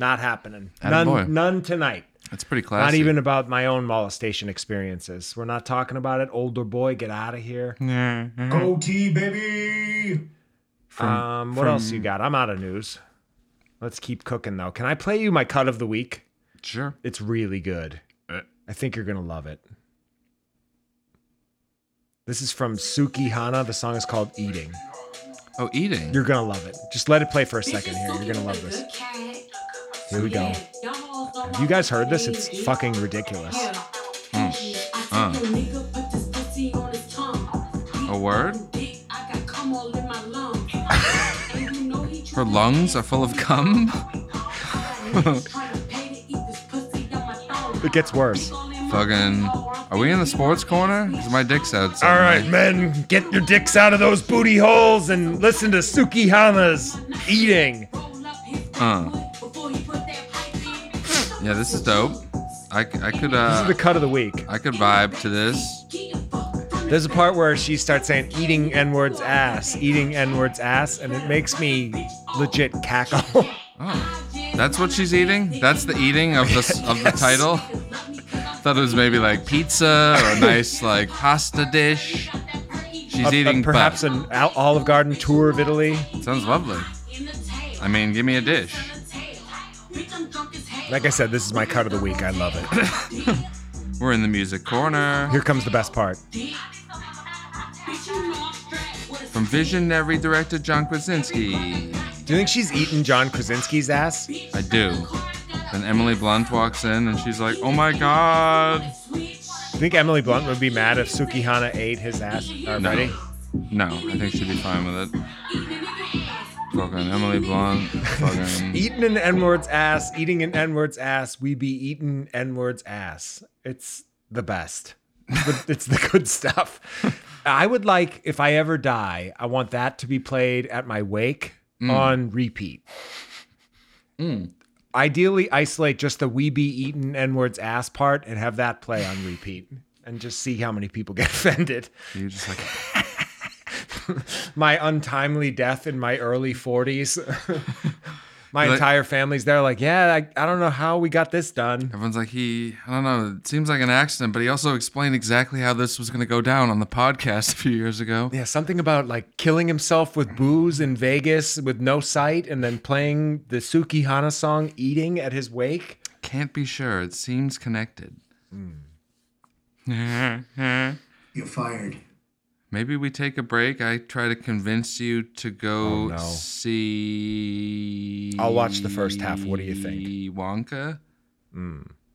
Not happening.
Attaboy.
None, none tonight.
That's pretty classy.
Not even about my own molestation experiences. We're not talking about it. Older boy, get out of here.
Go T, baby.
um, what else you got? I'm out of news. Let's keep cooking though. Can I play you my cut of the week?
sure.
It's really good.
Uh.
I think you're gonna love it. This is from Suki Hana. The song is called Eating.
Oh, eating.
You're gonna love it. Just let it play for a second
second
here. You're gonna love this.
Here we go. Have
You guys heard this? It's fucking ridiculous.
Mm.
Uh.
A word? Her lungs are full of cum.
It gets worse.
Fucking. Are we in the sports corner? Because my dick's outside.
All right, men, get your dicks out of those booty holes and listen to Suki Hana's eating.
Uh. Yeah, this is dope. I, c- I could
This
uh
is the cut of the week.
I could vibe to this.
There's a part where she starts saying "eating n-words ass," "eating n-words ass," and it makes me legit cackle.
Hmm. That's what she's eating. That's the eating of the s- of the
Yes.
title. Thought it was maybe like pizza or a nice like pasta dish. She's
A- a-
eating
perhaps
butt.
an Al- Olive Garden tour of Italy.
Sounds lovely. I mean, give me a dish.
Like I said, this is my cut of the week. I love it.
We're in the music corner.
Here comes the best part.
From Visionary director John Krasinski.
Do you think she's eating John Krasinski's ass?
I do. Then Emily Blunt walks in and she's like, oh my god.
You think Emily Blunt would be mad if Sukihana ate his ass already?
No, I think she'd be fine with it. Fucking Emily Blunt. Fucking.
Eating an N-word's ass, eating an N-word's ass, we be eating N-word's ass. It's the best. The- it's the good stuff. I would like, if I ever die, I want that to be played at my wake on repeat. Ideally, isolate just the we be eating N-word's ass part and have that play on repeat and just see how many people get offended
You're just like,
my untimely death in my early 40s. my
Like-
entire family's there, like, yeah, I, I don't know how we got this done.
everyone's like, he, I don't know, it seems like an accident, but he also explained exactly how this was going to go down on the podcast a few years ago.
Yeah, something about like killing himself with booze in Vegas with no sight and then playing the Suki Hana song, Eating at his wake.
Can't be sure. It seems connected.
Mm.
You're fired.
Maybe we take a break. I try to convince you to go
Oh, no.
see.
I'll watch the first half. What do you think? Mm.
Wonka.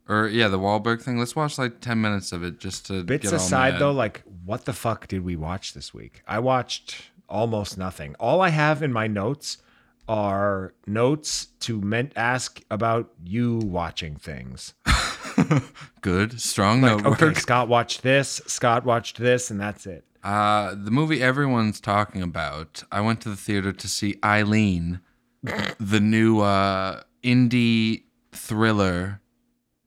Or yeah, the Wahlberg thing. Let's watch like ten minutes of it just to
Bits
get all
aside,
mad.
though, like, what the fuck did we watch this week? I watched almost nothing. All I have in my notes are notes to men- ask about you watching things.
good, strong
Like,
note.
okay, Scott watched this, Scott watched this, and that's it.
Uh, the movie everyone's talking about. I went to the theater to see Eileen, the new uh, indie thriller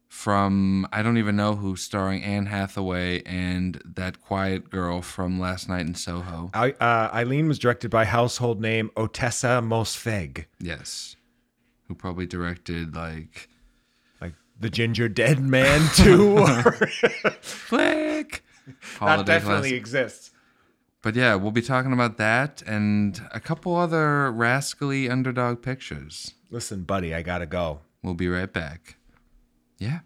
from I don't even know who, starring Anne Hathaway and that quiet girl from Last Night in Soho.
I, uh, Eileen was directed by household name Otessa Mosfeg,
Yes, who probably directed like
like the Ginger Dead Man too.
Click.
that
Holiday
definitely
Classic.
exists.
But yeah, we'll be talking about that and a couple other rascally underdog pictures.
Listen, buddy, I gotta go.
We'll be right back. Yeah.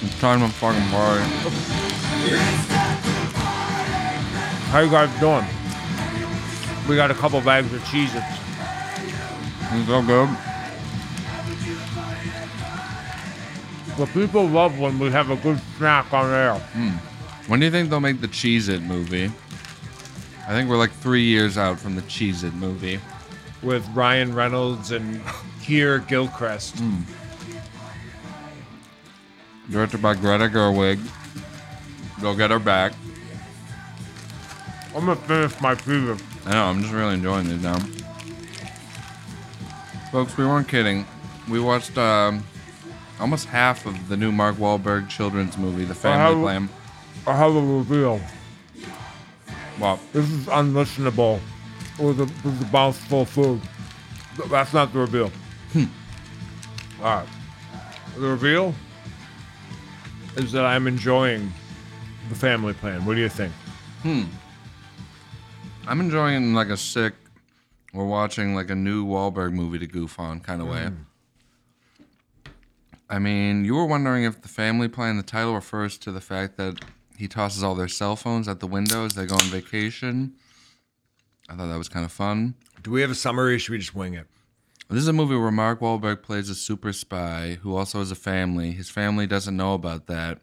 I'm trying my fucking hard.
How you guys doing? We got a couple bags of cheeses.
It's so good.
But people love when we have a good snack on air.
When do you think they'll make the Cheez It movie? I think we're like three years out from the Cheez It movie.
with Ryan Reynolds and here Gilchrist.
Directed by Greta Gerwig. Go get her back.
I'm gonna finish my preview.
I know, I'm just really enjoying these now. Folks, we weren't kidding. We watched um, almost half of the new Mark Wahlberg children's movie, The Family
Oh.
Plan.
I have a reveal.
Well,
This is unlistenable. It was a, it was a mouthful of food. But that's not the reveal. All right. The reveal is that I'm enjoying the family plan. What do you think?
I'm enjoying like a sick, we're watching like a new Wahlberg movie to goof on kind of way. I mean, you were wondering if the family plan, the title refers to the fact that he tosses all their cell phones out the window as they go on vacation. I thought that was kind of fun.
Do we have a summary or should we just wing it?
This is a movie where Mark Wahlberg plays a super spy who also has a family. His family doesn't know about that.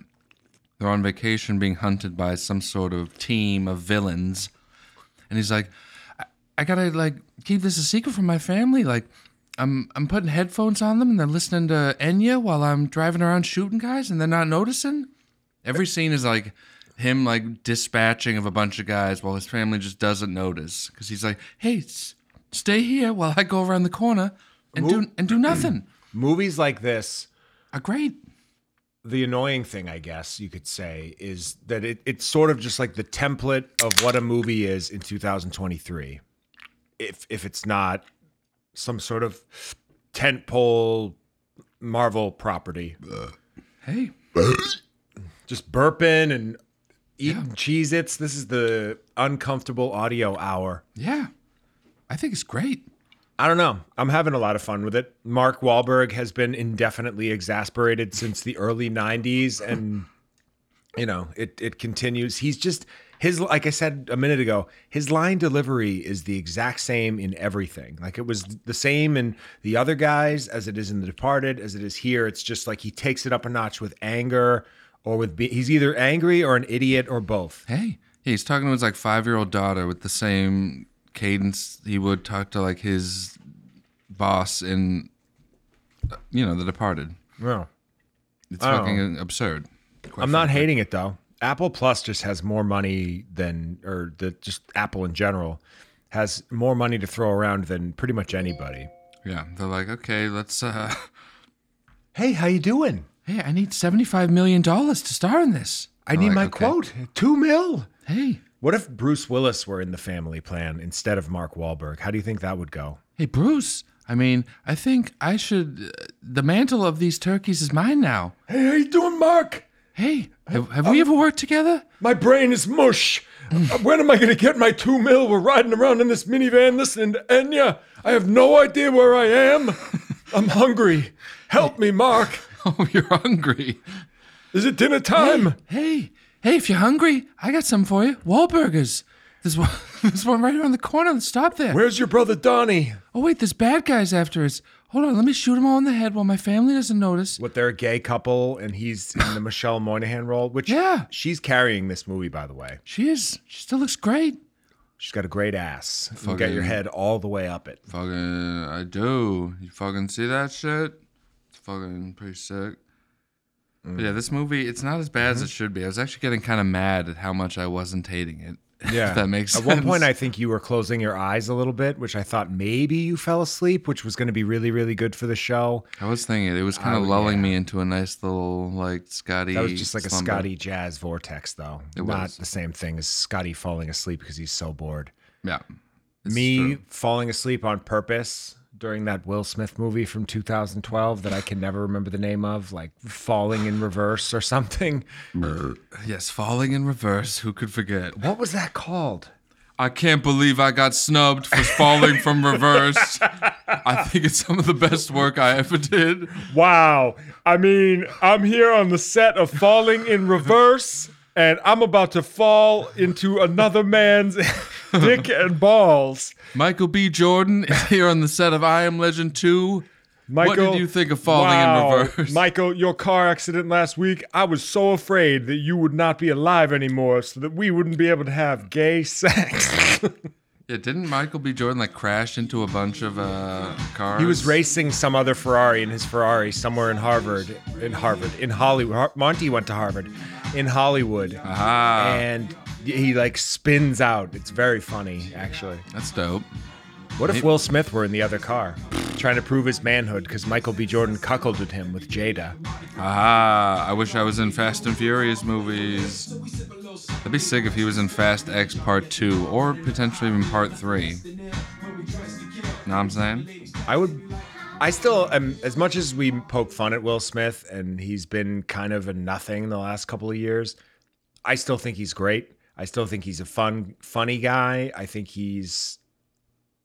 They're on vacation being hunted by some sort of team of villains. And he's like, I, I gotta like keep this a secret from my family. Like, I'm I'm putting headphones on them and they're listening to Enya while I'm driving around shooting guys and they're not noticing. Every scene is like him like dispatching of a bunch of guys while his family just doesn't notice because he's like, "Hey, s- stay here while I go around the corner and do and do nothing."
Movies like this
Are great.
the annoying thing, I guess you could say, is that it, it's sort of just like the template of what a movie is in 2023. If if it's not some sort of tentpole Marvel property,
Hey,
just burping and Eating Cheez Its. This is the uncomfortable audio hour.
Yeah. I think it's great.
I don't know. I'm having a lot of fun with it. Mark Wahlberg has been indefinitely exasperated since the early 90s and you know, it it continues. He's just his like I said a minute ago, his line delivery is the exact same in everything. Like it was the same in the other guys as it is in The Departed, as it is here. It's just like he takes it up a notch with anger or with be- he's either angry or an idiot or both.
Hey, he's talking to his like five year old daughter with the same cadence he would talk to like his boss in, uh, you know, The Departed.
Well,
It's
Oh.
fucking absurd. quite
I'm not
frankly.
hating it though. Apple Plus just has more money than, or the just Apple in general has more money to throw around than pretty much anybody.
Yeah, they're like, okay, let's. uh
Hey, how you doing?
Hey, I need seventy-five million dollars to star in this.
I
I'm
need
like,
my
"Okay."
quote. Two mil.
Hey,
What if Bruce Willis were in the family plan instead of Mark Wahlberg? How do you think that would go?
hey, Bruce. I mean, I think I should. Uh, the mantle of these turkeys is mine now.
Hey, how you doing, Mark?
Hey, have, have we ever worked together?
My brain is mush. Uh, when am I going to get my two mil? We're riding around in this minivan listening to Enya. I have no idea where I am. I'm hungry. Help me, Mark.
Oh, you're hungry.
Is it dinner time?
Um, Hey, hey, if you're hungry, I got some for you. Wahlburgers. There's one, there's one right around the corner. Let's stop there.
Where's your brother Donnie?
Oh wait, this bad guy's after us. Hold on, let me shoot him all in the head while my family doesn't notice.
What they're a gay couple, and he's in the Michelle Moynihan role, which
Yeah.
she's carrying this movie, by the way.
She is. She still looks great.
She's got a great ass. You got
Fucking-
your head all the way up it.
Fucking, I do. You fucking see that shit? It's fucking pretty sick. But yeah, this movie, it's not as bad as it should be. I was actually getting kind of mad at how much I wasn't hating it.
Yeah,
if that makes
At
sense.
one point, I think you were closing your eyes a little bit, which I thought maybe you fell asleep, which was going to be really, really good for the show.
I was thinking it was kind of
Oh,
lulling me into a nice little like Scotty.
That was just like
slumber.
a Scotty jazz vortex, though.
It
Not
was.
the same thing as Scotty falling asleep because he's so bored.
Yeah. It's
me
true.
falling asleep on purpose during that Will Smith movie from 2012 that I can never remember the name of, like falling in reverse or something.
Yes, falling in reverse. Who could forget?
What was that called?
I can't believe I got snubbed for falling from reverse. I think it's some of the best work I ever did.
Wow. I mean, I'm here on the set of Falling in Reverse, and I'm about to fall into another man's dick and balls.
Michael B. Jordan is here on the set of I Am Legend 2.
Michael,
what did you think of falling
wow.
in reverse?
Michael, your car accident last week, I was so afraid that you would not be alive anymore so that we wouldn't be able to have gay sex.
yeah, didn't Michael B. Jordan like crash into a bunch of uh, cars?
He was racing some other Ferrari in his Ferrari somewhere in Harvard, in Harvard, in Hollywood. Har- Monty went to Harvard, in Hollywood,
Ah,
and he like spins out. It's very funny, actually.
that's dope.
What if Will Smith were in the other car, trying to prove his manhood because Michael B. Jordan cuckolded him with Jada?
Ah, I wish I was in Fast and Furious movies. That'd be sick if he was in Fast X Part 2 or potentially even Part 3. Know what I'm saying?
I would. I still am. As much as we poke fun at Will Smith and he's been kind of a nothing the last couple of years, I still think he's great. I still think he's a fun, funny guy. I think he's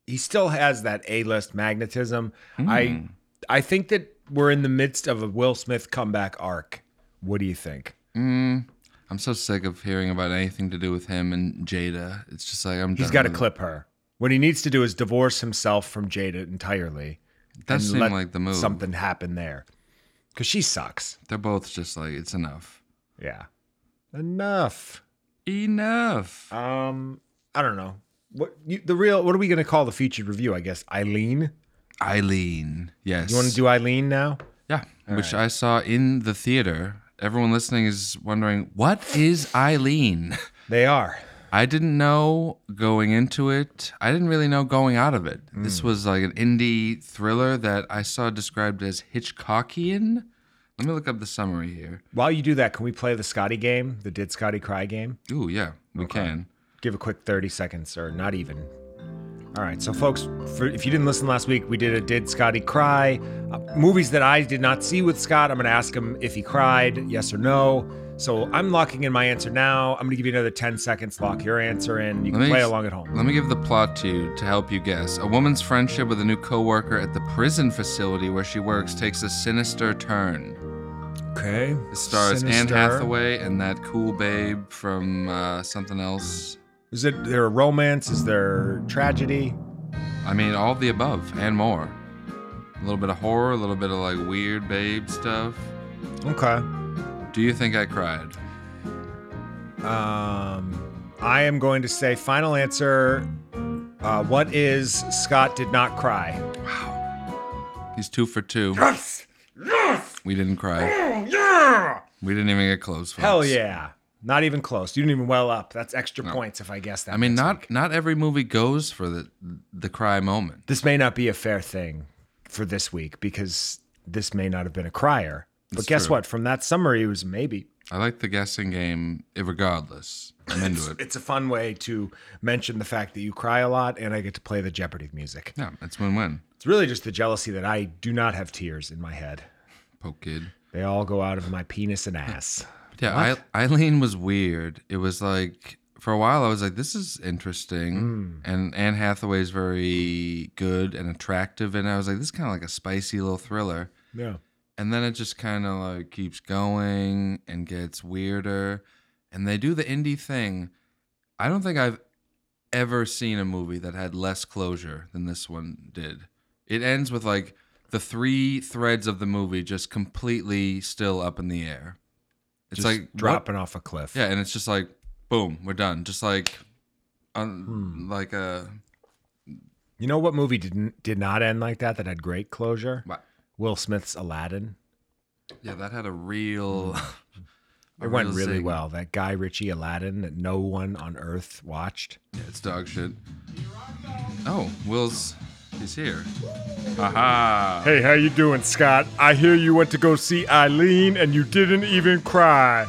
he still has that A list magnetism.
Hmm.
I I think that we're in the midst of a Will Smith comeback arc. What do you think?
I'm so sick of hearing about anything to do with him and Jada. It's just like I'm.
He's
done
got to
with it.
clip her. What he needs to do is divorce himself from Jada entirely.
That
and
seemed
let
like the move.
Something happen there, because she sucks.
They're both just like it's enough.
Yeah. Enough.
Enough.
Um, I don't know. What you, the real? What are we gonna call the featured review? I guess Eileen.
Eileen. Yes.
You want to do Eileen now?
Yeah, which I saw in the theater. Everyone listening is wondering what is Eileen.
They are.
I didn't know going into it. I didn't really know going out of it.
Hmm.
This was like an indie thriller that I saw described as Hitchcockian. Let me look up the summary here.
While you do that, can we play the Scotty game? The Did Scotty Cry game?
Ooh, yeah, we can.
Give a quick 30 seconds or not even. All right, so folks, for, if you didn't listen last week, we did a Did Scotty Cry? Uh, movies that I did not see with Scott, I'm going to ask him if he cried, yes or no. So I'm locking in my answer now. I'm going to give you another 10 seconds. Lock your answer in. You can
Let me
play
s-
along at home.
Let me give the plot to you to help you guess. A woman's friendship with a new coworker at the prison facility where she works takes a sinister turn.
Okay.
It stars Anne
Sinister.
Hathaway and that cool babe from uh, something else.
Is it there a romance? Is there tragedy?
I mean, all of the above and more. A little bit of horror, a little bit of like weird babe stuff.
Okay.
Do you think I cried?
Um, I am going to say final answer. Uh, what is Scott did not cry?
He's two for two. Yes! Yes! We didn't cry. yeah! We didn't even get close. Folks.
Hell yeah! Not even close. You didn't even well up. That's extra points if I guess that.
I mean,
next
not
week.
not every movie goes for the the cry moment.
This may not be a fair thing for this week because this may not have been a crier. But
That's
guess
true.
what? From that summary, it was maybe.
I like the guessing game, eh, regardless. I'm into it.
It's a fun way to mention the fact that you cry a lot, and I get to play the Jeopardy music.
Yeah, it's win-win.
It's really just the jealousy that I do not have tears in my head.
Poke kid.
They all go out of my penis and ass.
But yeah, I, Eileen was weird. It was like for a while I was like, this is interesting, and Anne Hathaway is very good and attractive, and I was like, this is kind of like a spicy little thriller.
Yeah.
and then it just kind of like keeps going and gets weirder and they do the indie thing i don't think i've ever seen a movie that had less closure than this one did it ends with like the three threads of the movie just completely still up in the air it's
Just
like what-
dropping off a cliff.
yeah and it's just like boom we're done just like on like uh, a
You know what movie didn't did not end like that that had great closure?
what?
Will Smith's Aladdin.
yeah that had a real a
It went
real
really
zing.
well. That Guy Ritchie Aladdin that no one on earth watched.
It's dog shit. Oh, Will's he's here. Haha.
Hey, how you doing, Scott? I hear you went to go see Eileen and you didn't even cry.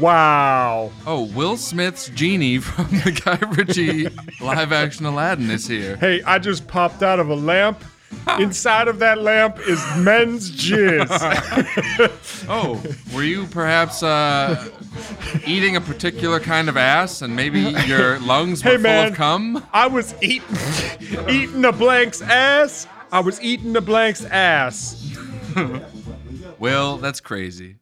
Wow.
Oh, Will Smith's genie from the Guy Ritchie live action Aladdin is here.
Hey, I just popped out of a lamp. Inside of that lamp is men's jizz.
Oh, were you perhaps uh, eating a particular kind of ass and maybe your lungs were
Hey,
full
man.
of cum?
I was eating eating a blank's ass. I was eating a blank's ass.
Will, that's crazy.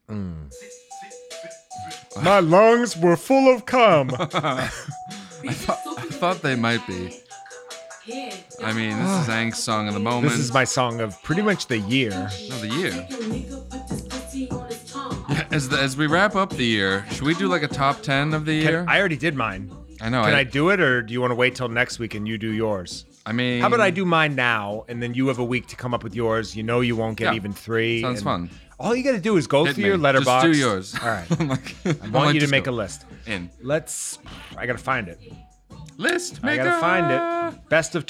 My lungs were full of cum.
I thought they might be. I mean, this is Ang's song of the moment.
This is my song of pretty much the year.
of the year. As, the, as we wrap up the year, should we do like a top 10 of the year?
I already did mine.
I know.
Can I do it or do you want to wait till next week and you do yours?
I mean,
How about I do mine now and then you have a week to come up with yours? You know you won't get
Yeah.
even three.
Sounds
and
fun.
All you got to do is go
Hit
through
me.
your letterbox.
Just do yours.
All right.
I'm like-
I
I'm
want
like,
you to
just
make
go.
a list.
in
Let's. I gotta find it.
list.
I
Make
gotta find it. Best of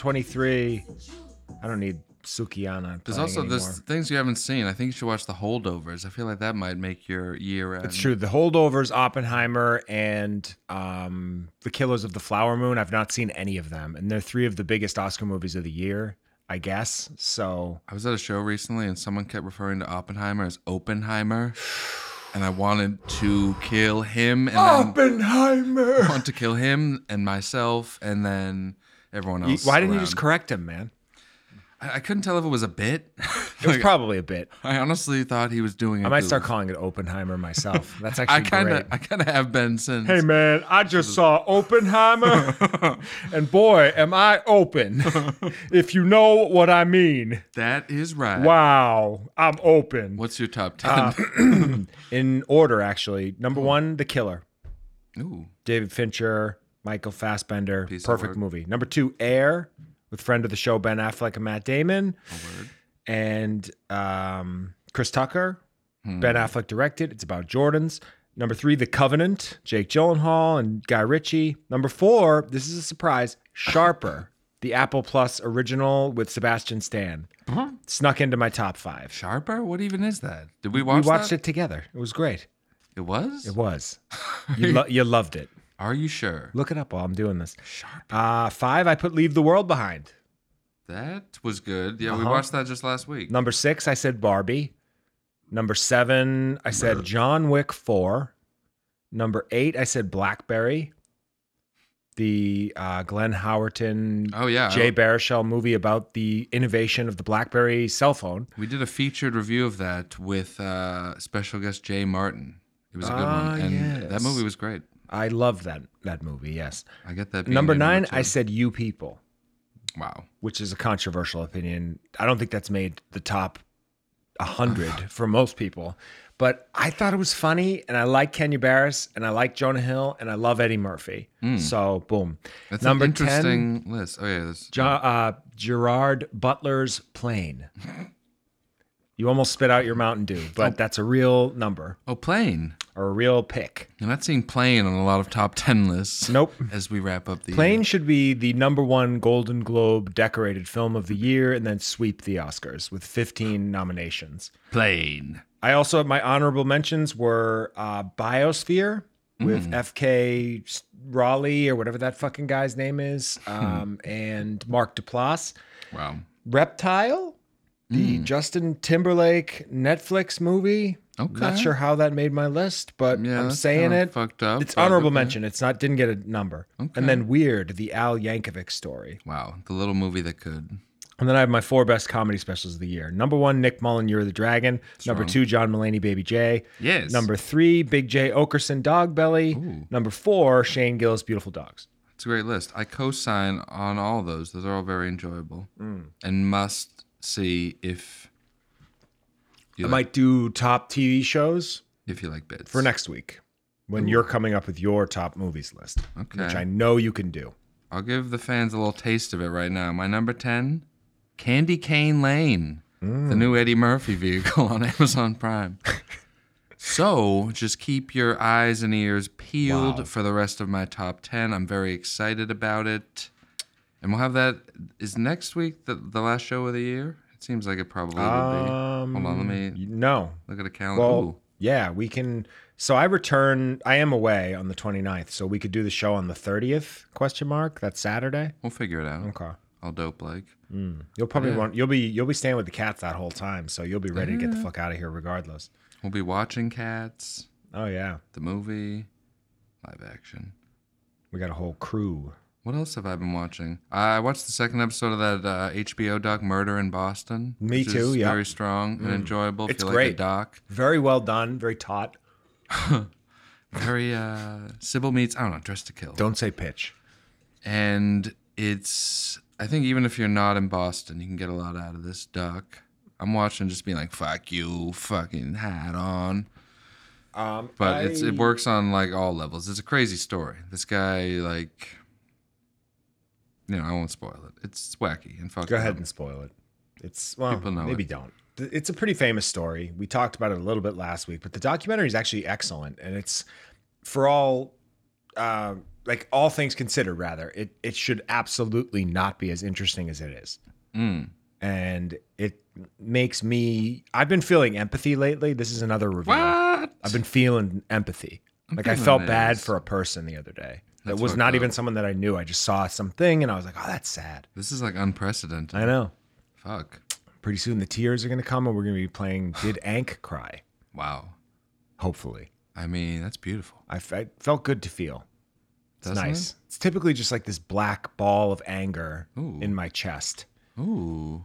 2023. I don't need Sukiana.
There's
playing
also there's
anymore.
things you haven't seen. I think you should watch The Holdovers. I feel like that might make your year. End.
It's true. The holdovers, Oppenheimer, and um, The Killers of the Flower Moon. I've not seen any of them, and they're three of the biggest Oscar movies of the year, I guess. So
I was at a show recently and someone kept referring to Oppenheimer as Oppenheimer, and I wanted to kill him
um,
and
Oh.
then
Oppenheimer.
want to kill him and myself and then everyone else.
Why didn't you
around.
just correct him, man?
I, I couldn't tell if it was a bit.
It was
Like,
probably a bit.
I honestly thought he was doing.
I
a
might
goof.
start calling it Oppenheimer myself. That's actually
I kind
great.
of, I kind of have been since.
Hey man, I just saw Oppenheimer, and boy, am I open. If you know what I mean.
that is right.
Wow, I'm open.
What's your top ten?
Uh, in order actually. Number
Hmm.
one, The Killer.
Ooh,
David Fincher, Michael Fassbender.
Piece of
perfect
work.
movie. Number two, Air, with friend of the show Ben Affleck and Matt Damon,
word.
and um, Chris Tucker.
Hmm.
Ben Affleck directed. It's about Jordans. Number three, The Covenant, Jake Gyllenhaal and Guy Ritchie. Number four, this is a surprise, Sharper, the Apple Plus original with Sebastian Stan.
Uh-huh.
Snuck into my top five.
Sharper? What even is that? Did we
we
watch?
watched
that?
it together. It was great.
It was.
It was. You, lo- you loved it.
Are you sure?
Look it up while I'm doing this.
Sharp.
Uh, five, I put Leave the World Behind.
That was good. Yeah, we
Uh-huh.
watched that just last week.
Number six, I said Barbie. Number seven, I said John Wick 4. Number eight, I said Blackberry, the uh, Glenn Howerton,
Oh yeah,
Jay Baruchel movie about the innovation of the Blackberry cell phone.
we did a featured review of that with uh, special guest Jay Martin. It was a good
Ah,
one, and that
yes.
movie was great.
I love that, that movie, yes.
I get that. being
Number
a
nine, I
two.
said You People.
wow.
which is a controversial opinion. I don't think that's made the top 100 for most people, but I thought it was funny and I like Kenya Barris and I like Jonah Hill and I love Eddie Murphy. So, boom.
Mm. That's
Number
an interesting list. Oh yeah, that's,
10, Jo- uh, Gerard Butler's Plane. You almost spit out your Mountain Dew, but that's a real number
oh plane.
or a real pick.
You're not seeing plane on a lot of top ten lists.
Nope.
As we wrap up the
Plane should be the number one Golden Globe decorated film of the year and then sweep the Oscars with 15 nominations.
plane.
I also my honorable mentions were uh, Biosphere
Mm.
with FK Raleigh or whatever that fucking guy's name is,
Hmm.
um, and Mark Duplass.
Wow.
Reptile,
Hmm.
the Justin Timberlake Netflix movie.
Okay.
Not sure how that made my list, but
Yeah,
I'm
that's
saying
kinda
it.
fucked up,
It's
but
honorable
okay.
mention. It's not didn't get a number.
Okay.
And then Weird, the Al Yankovic story.
Wow. The little movie that could.
And then I have my four best comedy specials of the year. Number one, Nick Mullen, You're the Dragon. Number
Strong.
two, John Mulaney, Baby J.
Yes.
Number three, Big J Okerson, Dog Belly.
Ooh.
Number four, Shane Gillis, Beautiful Dogs.
It's a great list. I co-sign on all those. Those are all very enjoyable
Mm.
and must see if you
I
like,
might do top TV shows
if you like bits
for next week when you're coming up with your top movies list,
Okay.
which I know you can do.
I'll give the fans a little taste of it right now. My number 10, Candy Cane Lane, the new Eddie Murphy vehicle on Amazon Prime. so just keep your eyes and ears peeled for the rest of my top 10. I'm very excited about it. And we'll have that. Is next week the, the last show of the year? It seems like it probably would be. Hold on, let me
No.
look at a calendar.
Um, Well,
Ooh,
yeah, we can. So I return, I am away on the 29th, so we could do the show on the 30th, question mark. That's Saturday.
we'll figure it out.
Okay.
I'll dope like.
You'll probably want you'll be you'll be staying with the cats that whole time, so you'll be ready to get the fuck out of here regardless.
We'll be watching Cats,
Oh yeah.
the movie, live action.
We got a whole crew.
What else have I been watching? I watched the second episode of that uh, HBO doc, Murder in Boston.
Me
which
too,
Is
yeah. Mm.
Very strong and enjoyable. if
It's
you Like a
great.
doc.
Very well done, very taut.
Very uh, Sybil meets I don't know, Dress to Kill.
Don't say pitch.
And it's I think even if you're not in Boston, you can get a lot out of this doc. I'm watching just being like, "Fuck you, fucking hat on."
Um,
But it's it works on like all levels. It's a crazy story. This guy like. You know, I won't spoil it. It's wacky and fucking.
Go ahead and spoil it. It's well,
People know
maybe
it.
don't. Th- It's a pretty famous story. We talked about it a little bit last week, but the documentary is actually excellent, and it's for all, uh, like all things considered, rather it it should absolutely not be as interesting as it is.
Mm.
and it makes me i've been feeling empathy lately this is another review
What?
i've been feeling empathy like i
feeling
felt
this.
bad for a person the other day that
That's
was
fucked
not
up.
even someone that i knew i just saw something and i was like oh that's sad
This is like unprecedented.
i know
Fuck.
pretty soon the tears are going to come and we're going to be playing did ank cry
Wow.
hopefully
I mean, that's beautiful.
i, f- I felt good to feel it's
Doesn't
nice it's typically just like this black ball of anger
Ooh.
in my chest
Ooh.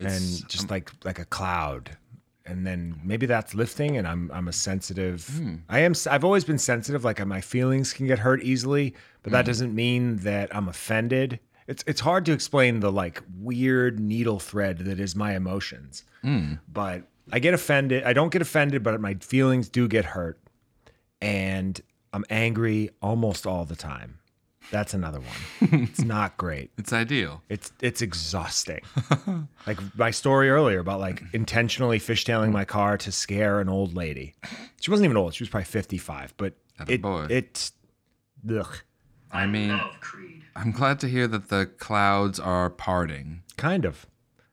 It's-
and just like like a cloud and then maybe that's lifting and i'm i'm a sensitive i am s- i've always been sensitive like my feelings can get hurt easily but that doesn't mean that i'm offended it's it's hard to explain the like weird needle thread that is my emotions but i get offended i don't get offended but my feelings do get hurt and i'm angry almost all the time that's another one it's not great
It's ideal.
it's it's exhausting. like my story earlier about like intentionally fishtailing my car to scare an old lady. She wasn't even old; she was probably fifty-five. But
Atta
it
boy.
it ugh,
I mean, I'm glad to hear that the clouds are parting.
kind of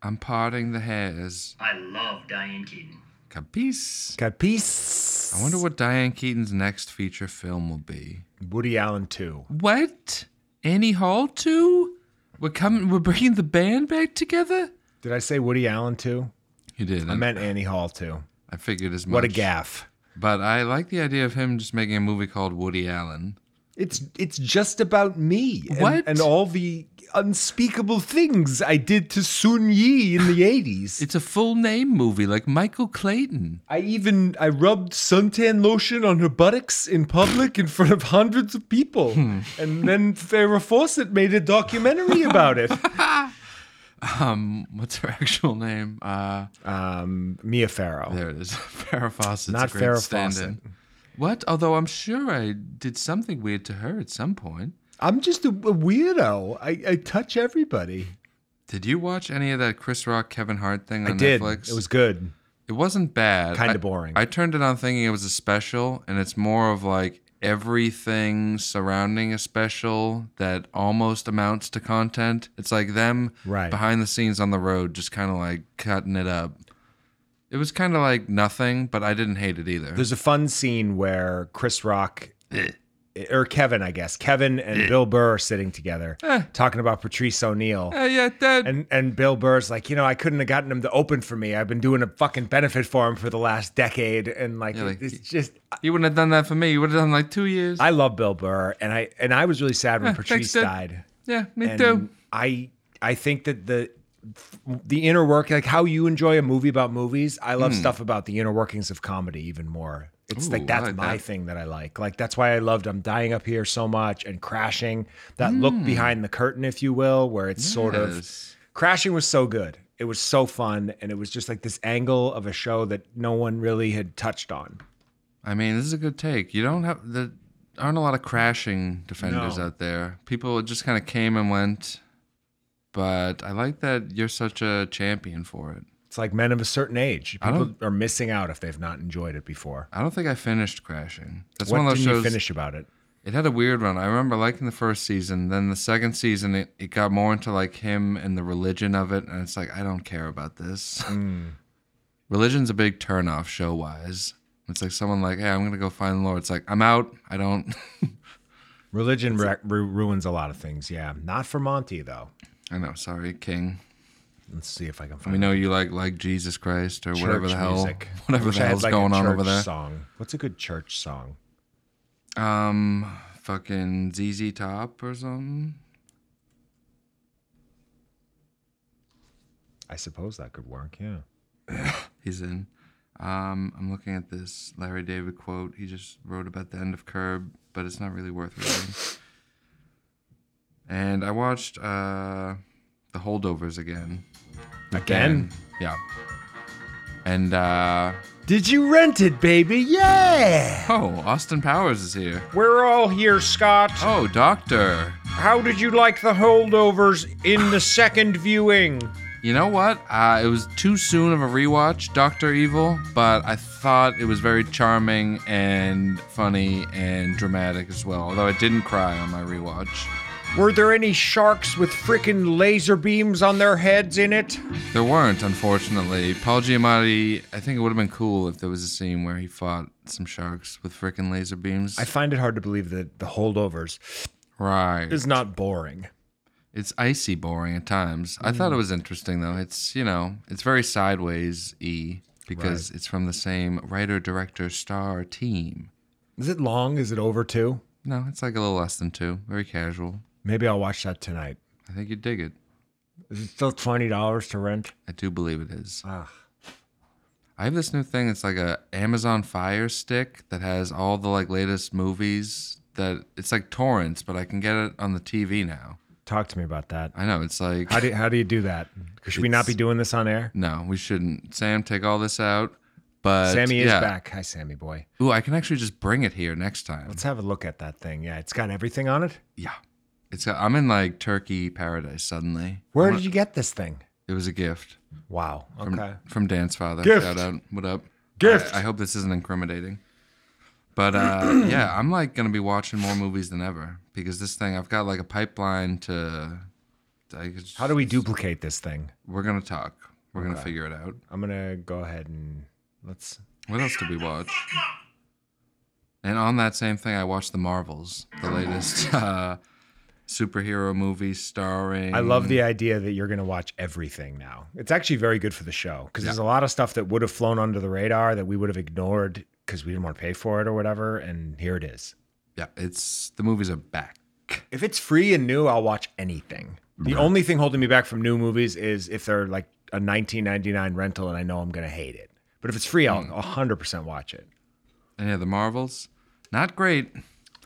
I'm parting the hairs.
I love Diane Keaton.
Capice?
capice.
I wonder what Diane Keaton's next feature film will be.
Woody Allen too.
What? Annie Hall too? We're coming. We're bringing the band back together.
Did I say Woody Allen too?
You did.
I meant Annie Hall too.
I figured as much.
What a gaff.
But I like the idea of him just making a movie called Woody Allen.
It's it's just about me and,
What?
and all the unspeakable things I did to Sun Yi in the 80s.
It's a full name movie, like Michael Clayton.
I even I rubbed suntan lotion on her buttocks in public in front of hundreds of people.
Hmm.
and then Farrah Fawcett made a documentary about it.
Um, what's her actual name? Uh,
Um, Mia Farrow.
there it is. Farrah Fawcett.
Not
great
Farrah
stand-in.
Fawcett.
What? Although I'm sure I did something weird to her at some point.
I'm just a, a weirdo. I, I touch everybody.
Did you watch any of that Chris Rock Kevin Hart thing on Netflix?
It was good.
It wasn't bad.
Kinda
I-
boring.
I turned it on thinking it was a special, and it's more of like everything surrounding a special that almost amounts to content. It's like them
Right.
behind the scenes on the road, just kind of like cutting it up. It was kind of like nothing, but I didn't hate it either.
There's a fun scene where Chris Rock or Kevin, I guess, Kevin and Bill Burr are sitting together
Eh.
talking about Patrice O'Neill.
Uh, yeah, that,
And and Bill Burr's like, you know, I couldn't have gotten him to open for me. I've been doing a fucking benefit for him for the last decade, and like,
Yeah, like,
it's just.
you wouldn't have done that for me. You would have done like two years.
I love Bill Burr, and I and I was really sad when
Yeah,
Patrice
thanks, Dad.
died.
yeah, me
And
too.
I I think that the the inner work, like how you enjoy a movie about movies, I love stuff about the inner workings of comedy even more. It's
Hmm. Ooh, I
like that's
like
my
that.
thing that I like. Like that's why I loved I'm dying up here so much and crashing. That look behind the curtain, if you will, where it's sort of
Hmm. Yes.
crashing was so good. It was so fun, and it was just like this angle of a show that no one really had touched on.
I mean, this is a good take. You don't have there aren't a lot of crashing defenders
No.
out there. People just kind of came and went. But I like that you're such a champion for it.
It's like men of a certain age.
I
People
don't-
are missing out if they've not enjoyed it before.
I don't think I finished crashing. That's
what
one of those
didn't
shows.
you finish about it?
It had a weird run. I remember liking the first season. Then the second season, it, it got more into like him and the religion of it, and it's like I don't care about this.
Mm.
Religion's a big turnoff show wise. It's like someone like, hey, I'm gonna go find the Lord. It's like I'm out. I don't.
Religion ra- ru- ruins a lot of things. Yeah, not for Monty though.
I know. Sorry, King.
Let's see if I can find.
We know you like like Jesus Christ or
church
whatever the hell,
music.
whatever
Wish
the
I had,
hell's
like, a
going on over
church
there.
Song. What's a good church song?
Um, fucking ZZ Top or something.
I suppose that could work. Yeah.
He's in. Um, I'm looking at this Larry David quote. He just wrote about the end of Curb, but it's not really worth reading. and I watched uh, The Holdovers again.
Again?
Yeah. And uh,
Did you rent it, baby? Yeah.
oh, Austin Powers is here.
We're all here, Scott.
Oh, Doctor.
How did you like the holdovers in the second viewing?
You know what? Uh, it was too soon of a rewatch, Doctor Evil, but I thought it was very charming and funny and dramatic as well. Although I didn't cry on my rewatch.
Were there any sharks with frickin' laser beams on their heads in it?
There weren't, unfortunately. Paul Giamatti. I think it would have been cool if there was a scene where he fought some sharks with frickin' laser beams.
I find it hard to believe that the holdovers
right.
is not boring.
It's icy boring at times. I
Mm.
thought it was interesting though. It's you know, it's very sideways e because it's from the same writer director star team.
Is it long? Is it over two?
No, it's like a little less than two. Very casual.
Maybe I'll watch that tonight.
I think you dig it.
Is it still twenty dollars to rent?
I do believe it is.
Ah.
I have this new thing. It's like a Amazon Fire Stick that has all the like latest movies. That it's like torrents, but I can get it on the TV now.
Talk to me about that.
I know it's like
How do how do you do that? Should we not be doing this on air?
no, we shouldn't. Sam, take all this out. But
Sammy is
yeah.
back. Hi, Sammy boy.
Ooh, I can actually just bring it here next time.
Let's have a look at that thing. Yeah, it's got everything on it.
Yeah. It's got, I'm in like Turkey paradise suddenly.
Where did you get this thing?
It was a gift
Wow.
from,
Okay.
from Dance Father.
Gift.
Shout out. What up?
Gift.
I, I hope this isn't incriminating. But uh, yeah, I'm like going to be watching more movies than ever because this thing, I've got like a pipeline to. I could just-
How do we duplicate this thing?
We're going to talk. We're going to figure it out.
I'm gonna go ahead and let's.
What else did we watch? And on that same thing, I watched The Marvels, the latest. Uh, superhero movie starring.
I love the idea that you're going to watch everything now. It's actually very good for the show because there's a lot of stuff that would have flown under the radar that we would have ignored because we didn't want to pay for it or whatever. And here it is.
Yeah, it's the movies are back.
If it's free and new, I'll watch anything. The only thing holding me back from new movies is if they're like a 19.99 rental and I know I'm going to hate it. But if it's free, I'll 100% watch it.
And yeah, the Marvels, not great,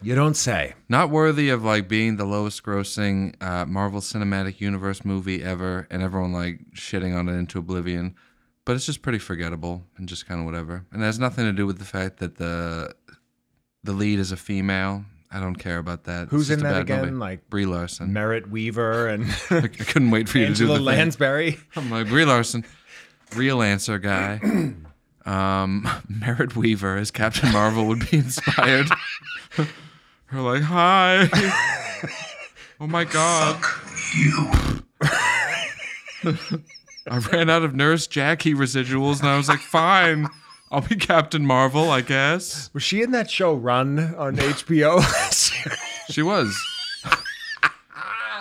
You don't say.
not worthy of like being the lowest grossing uh, Marvel Cinematic Universe movie ever, and everyone like shitting on it into oblivion. But it's just pretty forgettable and just kind of whatever. And it has nothing to do with the fact that the the lead is a female. I don't care about that. It's
Who's
just
in
a
that
bad
again?
movie.
Like-
Brie Larson.
Merritt Weaver and
I couldn't wait for you to do
Angela
the thing.
Lansbury.
I'm like Brie Larson, real answer guy. Um, Merritt Weaver as Captain Marvel would be inspired. Her like, hi. oh my god. I ran out of Nurse Jackie residuals, and I was like, fine. I'll be Captain Marvel, I guess.
Was she in that show Run on HBO?
She was.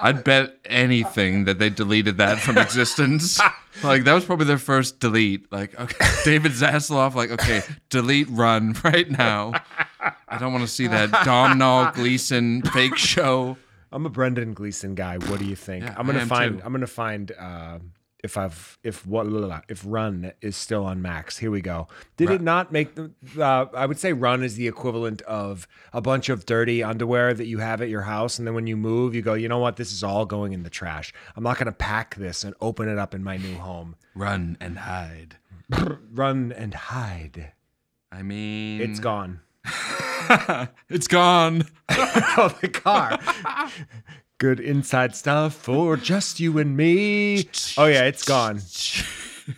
I'd bet anything that they deleted that from existence. like that was probably their first delete. Like okay, David Zasloff, like okay, delete run right now. I don't want to see that Domhnall Gleeson fake show.
I'm a Brendan Gleeson guy. What do you think?
Yeah,
I'm
I
gonna
am
find.
too.
I'm gonna find uh, if I've if what la, la, la, if Run is still on Max. Here we go. Did it not make the? Uh, I would say Run is the equivalent of a bunch of dirty underwear that you have at your house, and then when you move, you go. You know what? This is all going in the trash. I'm not gonna pack this and open it up in my new home.
Run and hide.
Run and hide.
I mean,
It's gone.
it's gone.
of Oh, the car. Good inside stuff for just you and me. Oh yeah, it's gone.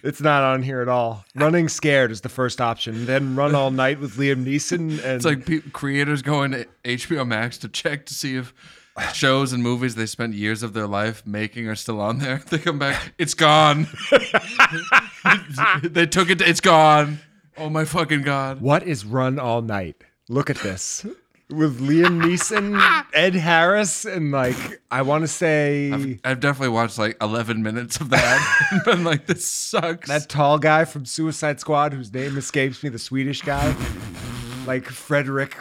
It's not on here at all. Running scared is the first option. Then run all night with Liam Neeson and
It's like pe- creators going to HBO Max to check to see if shows and movies they spent years of their life making are still on there. They come back, it's gone. they took it, it's gone. Oh my fucking god!
what is run all night? Look at this. With Liam Neeson, Ed Harris, and like I want to say
I've definitely watched like 11 minutes of that and been like, this sucks.
that tall guy from Suicide Squad whose name escapes me, the Swedish guy, like Frederick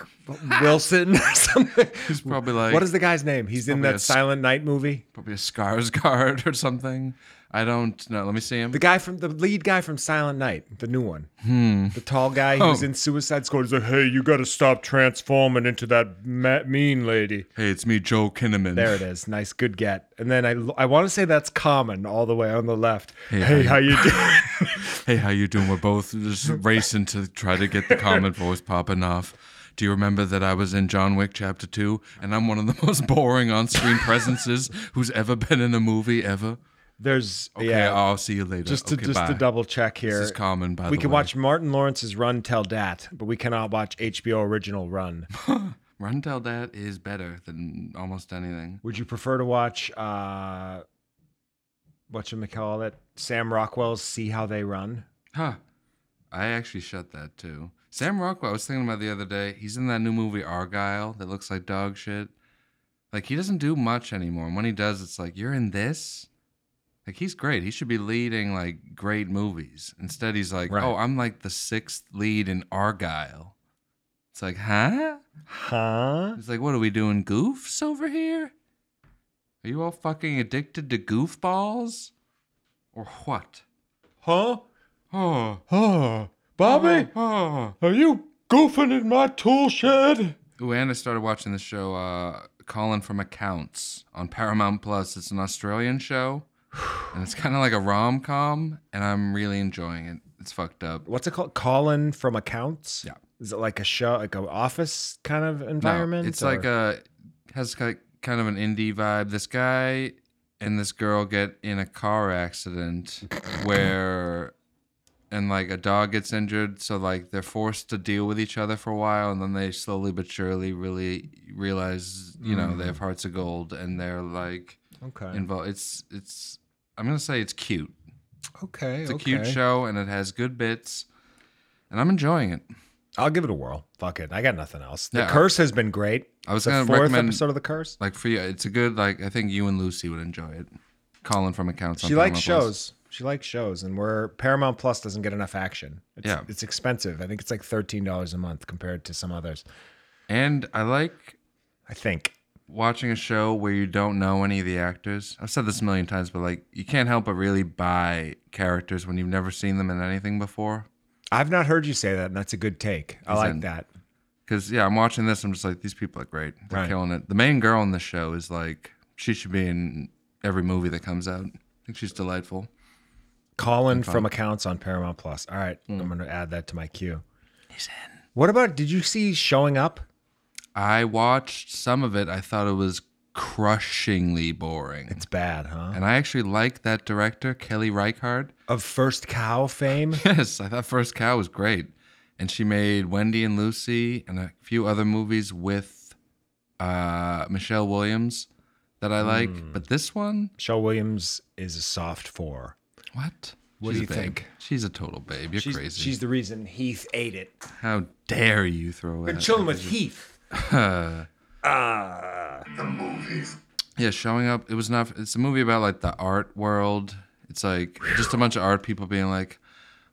Wilson or something.
He's probably like
what is the guy's name? He's in
probably a
that
s-
Silent Night movie.
probably a Scars guard or something. I don't know. Let me see him.
The guy from the lead guy from Silent Night, the new one, the tall guy who's
Hmm. Oh.
in Suicide Squad. He's like,
Hey, you gotta stop transforming into that ma- mean lady.
hey, it's me, Joe Kinnaman.
there it is, nice, good get. And then I, I want to say that's common all the way on the left.
Hey,
Hey,
how
how you doing?
Hey, how you doing? We're both just racing to try to get the common voice popping off. Do you remember that I was in John Wick Chapter 2 and I'm one of the most boring on screen presences who's ever been in a movie ever?
There's
Okay,
yeah.
I'll see you later.
just to
Okay,
just
bye.
to double check here,
This is common, by
we
the
can
way.
watch Martin Lawrence's Run Tell Dat, but we cannot watch HBO original Run.
Run Tell Dad is better than almost anything.
Would you prefer to watch uh, what you call it? Sam Rockwell's See How They Run.
Huh. I actually shut that too. Sam Rockwell, I was thinking about the other day. He's in that new movie Argyle that looks like dog shit. Like he doesn't do much anymore. And when he does, it's like, you're in this? Like he's great. He should be leading like great movies. Instead he's like,
Right.
Oh, I'm like the sixth lead in Argyle. It's like, huh?
Huh?
It's like, what are we doing, goofs over here? Are you all fucking addicted to goofballs? Or what?
Huh?
Oh,
Huh? Bobby,
oh.
are you goofing in my tool shed?
Ooh, and I started watching the show uh, Colin from Accounts on Paramount Plus. It's an Australian show, and it's kind of like a rom com, and I'm really enjoying it. It's fucked up.
What's it called? Colin from Accounts.
Yeah.
Is it like a show, like an office kind of environment?
No, it's like
or-
a has ki- kind of an indie vibe. This guy and this girl get in a car accident where and like a dog gets injured, so like they're forced to deal with each other for a while, and then they slowly but surely really realize you know
Mm.
they have hearts of gold, and they're like
okay.
involved. It's it's I'm gonna say it's cute.
okay.
It's a cute show, and it has good bits, and I'm enjoying it.
I'll give it a whirl. Fuck it. I got nothing else. The
Yeah.
curse has been great.
I was
the
gonna
fourth
recommend-
episode of the curse.
Like for you, it's a good like. I think you and Lucy would enjoy it. Colin from accounts. on
She likes
Paramount Plus.
shows. She likes shows, and where Paramount Plus doesn't get enough action. It's,
Yeah.
it's expensive. I think it's like thirteen dollars a month compared to some others.
and I like
I think.
watching a show where you don't know any of the actors. I've said this a million times, but like you can't help but really buy characters when you've never seen them in anything before.
I've not heard you say that, and that's a good take. I
He's
like
in.
that.
Because yeah, I'm watching this. I'm just like, these people are great. They're
Right.
killing it. The main girl in the show is like, she should be in every movie that comes out. I think she's delightful.
Colin from accounts on Paramount Plus. All right, I'm
Hmm.
going to add that to my queue. He's in. What about? Did you see showing up?
I watched some of it. I thought it was crushingly boring.
It's bad, huh?
and I actually like that director, Kelly Reichardt.
Of first cow fame.
Yes, I thought First Cow was great. And she made Wendy and Lucy and a few other movies with uh, Michelle Williams that I like.
Hmm.
But this one,
Michelle Williams is a soft four.
what?
What
She's
do you
a babe.
think?
She's a total babe. You're
She's,
crazy.
she's the reason Heath ate it.
How dare you throw it?
Been chilling with Heath. Ah.
Yeah, showing up. It was not. It's a movie about like the art world. It's like just a bunch of art people being like,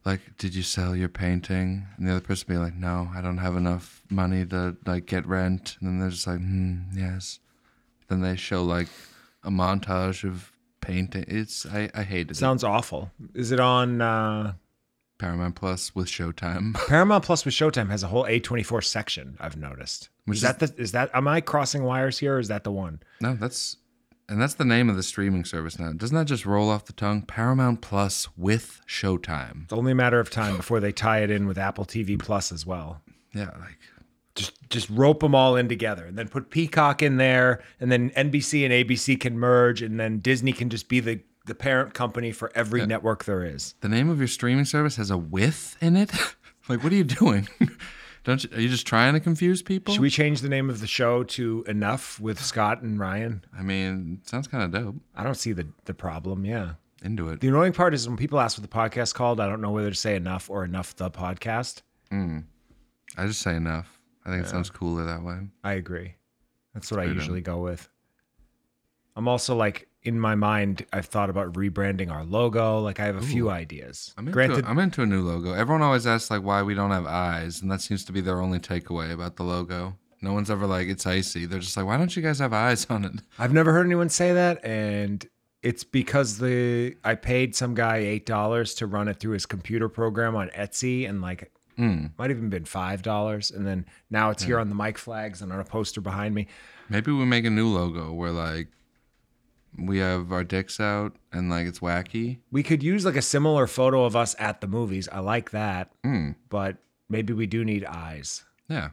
like, did you sell your painting? And the other person being like, no, I don't have enough money to like get rent. And then they're just like, hmm, yes. Then they show like a montage of painting. It's I I hated it.
Sounds awful. Is it on uh,
Paramount Plus with Showtime.
Paramount Plus with Showtime has a whole A24 section. I've noticed.
Which
is, that the is that am I crossing wires here? Or is that the one?
no, that's and that's the name of the streaming service now. Doesn't that just roll off the tongue? Paramount Plus with Showtime.
It's only a matter of time before they tie it in with Apple TV Plus as well.
Yeah, like
Just just rope them all in together, and then put Peacock in there, and then NBC and ABC can merge, and then Disney can just be the the parent company for every network there is.
the name of your streaming service has a with in it? like, what are you doing? Don't you, are you just trying to confuse people?
Should we change the name of the show to Enough with Scott and Ryan?
I mean, it sounds kind of dope.
I don't see the the problem. Yeah.
Into it.
The annoying part is when people ask what the podcast called, I don't know whether to say enough or enough the podcast.
I just say enough. I think it sounds cooler that way.
I agree. That's what I, usually go with. I'm also like in my mind, I've thought about rebranding our logo. Like I have a few ideas.
I'm into,
Granted,
I'm into a new logo. Everyone always asks like why we don't have eyes, and that seems to be their only takeaway about the logo. No one's ever like it's icy. They're just like, why don't you guys have eyes on it?
I've never heard anyone say that, and it's because the I paid some guy eight dollars to run it through his computer program on Etsy, and like might have even been five dollars, and then now it's here on the mic flags and on a poster behind me.
Maybe we make a new logo where like we have our dicks out and like it's wacky.
We could use like a similar photo of us at the movies. I like that, but maybe we do need eyes.
Yeah.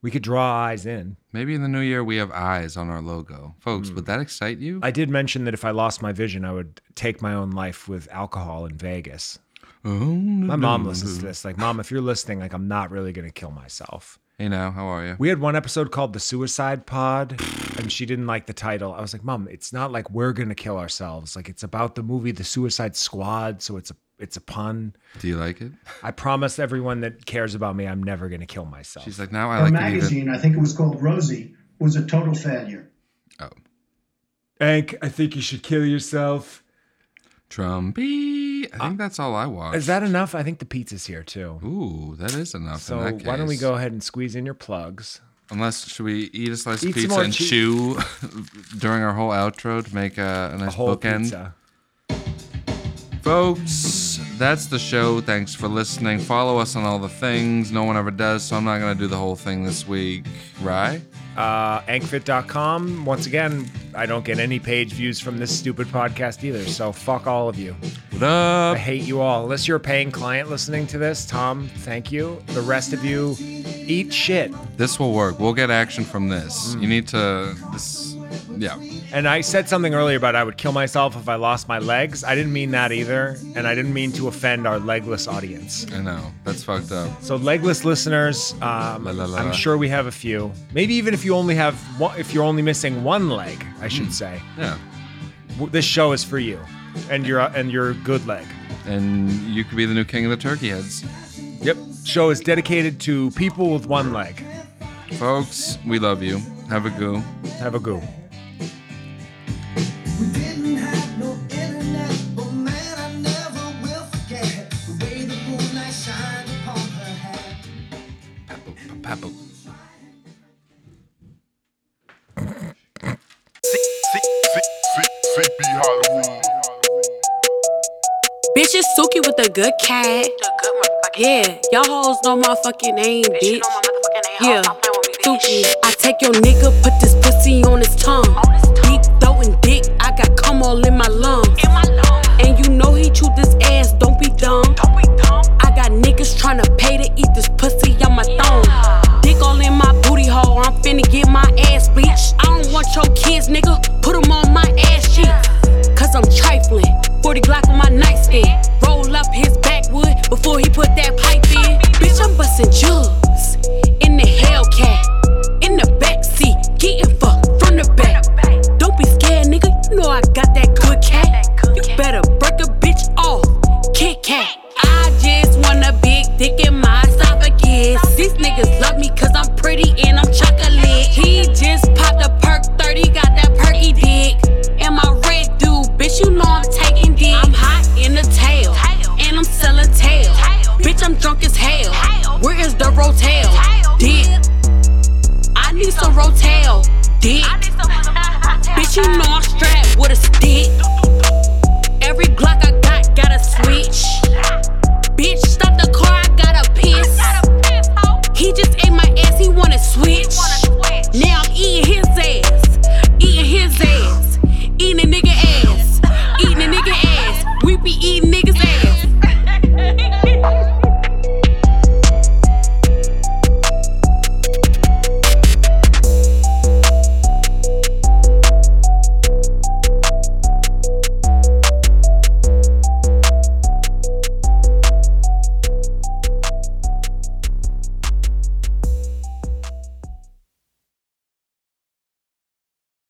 We could draw eyes in.
Maybe in the new year we have eyes on our logo. Folks,
Hmm.
would that excite you?
I did mention that if I lost my vision, I would take my own life with alcohol in Vegas.
Oh,
My
My
mom listens to this. Like, mom, if you're listening, like, I'm not really gonna kill myself.
Hey now, how are you?
We had one episode called "The Suicide Pod," and she didn't like the title. I was like, mom, it's not like we're gonna kill ourselves. Like, it's about the movie "The Suicide Squad," so it's a it's a pun.
Do you like it?
I promise everyone that cares about me, I'm never gonna kill myself.
She's like, now I
Her
like it even.
magazine, I think it was called Rosie, was a total failure.
Oh,
Ank, I think you should kill yourself.
Trumpy. I think that's all I watched.
Uh, Is that enough? I think the pizza's here too.
Ooh, that is enough.
So
in that case.
why don't we go ahead and squeeze in your plugs?
Unless should we eat a slice
Eat
of
some
pizza
more
and
cheese.
chew during our whole outro to make a, a nice
Whole
bookend,
pizza.
folks? That's the show. Thanks for listening. Follow us on all the things. No one ever does, so I'm not gonna do the whole thing this week. Right?
uh, ankfit.com. Once again, I don't get any page views from this stupid podcast either, so fuck all of you.
What up?
I hate you all. Unless you're a paying client listening to this, Tom, thank you. The rest of you, eat shit.
This will work. We'll get action from this. You need to. This. Yeah.
And I said something earlier about I would kill myself if I lost my legs. I didn't mean that either, and I didn't mean to offend our legless audience.
I know. That's fucked up.
So legless listeners, um,
La, la, la.
I'm sure we have a few. Maybe even if you only have one, if you're only missing one leg, I
Hmm.
should say,
Yeah.
w- this show is for you, and your and your good leg.
And you could be the new king of the turkey heads.
Yep. show is dedicated to people with one leg.
Folks, we love you. Have a goo.
Have a goo.
We didn't have no internet, but man, I never will forget the way the moonlight shined upon her head.
Papu, papu.
Bitch is Suki with a good cat. Yeah, y'all hoes know my fucking name, bitch. Yeah, Suki. I take your nigga, put this pussy on his tongue. Deep throwing dick, I got cum all in my lungs. And you know he chewed this ass, don't be dumb. I got niggas tryna pay to eat this pussy on my thumb. Dick all in my booty hole, I'm finna get my ass beat. I don't want your kids, nigga, put them on my ass cheeks. Cause I'm trifling, 40 Glock on my nightstand. Roll up his backwood before he put that pipe in. Bitch, I'm busting jugs in the Hellcat, in the backseat, getting fucked from the back. Don't be scared, nigga, you know I got that good cat. You better break a bitch off, Kit Kat. I just want a big dick in my esophagus. These niggas love me cause I'm pretty and I'm chocolate. He just popped a perk 30, got that perky dick. And my red dude, bitch, you know I'm taking dick. I'm hot in the tail, and I'm selling tail. Bitch, I'm drunk as hell. Where is the rotel? Dick. I need some rotel. Dick. Bitch, you know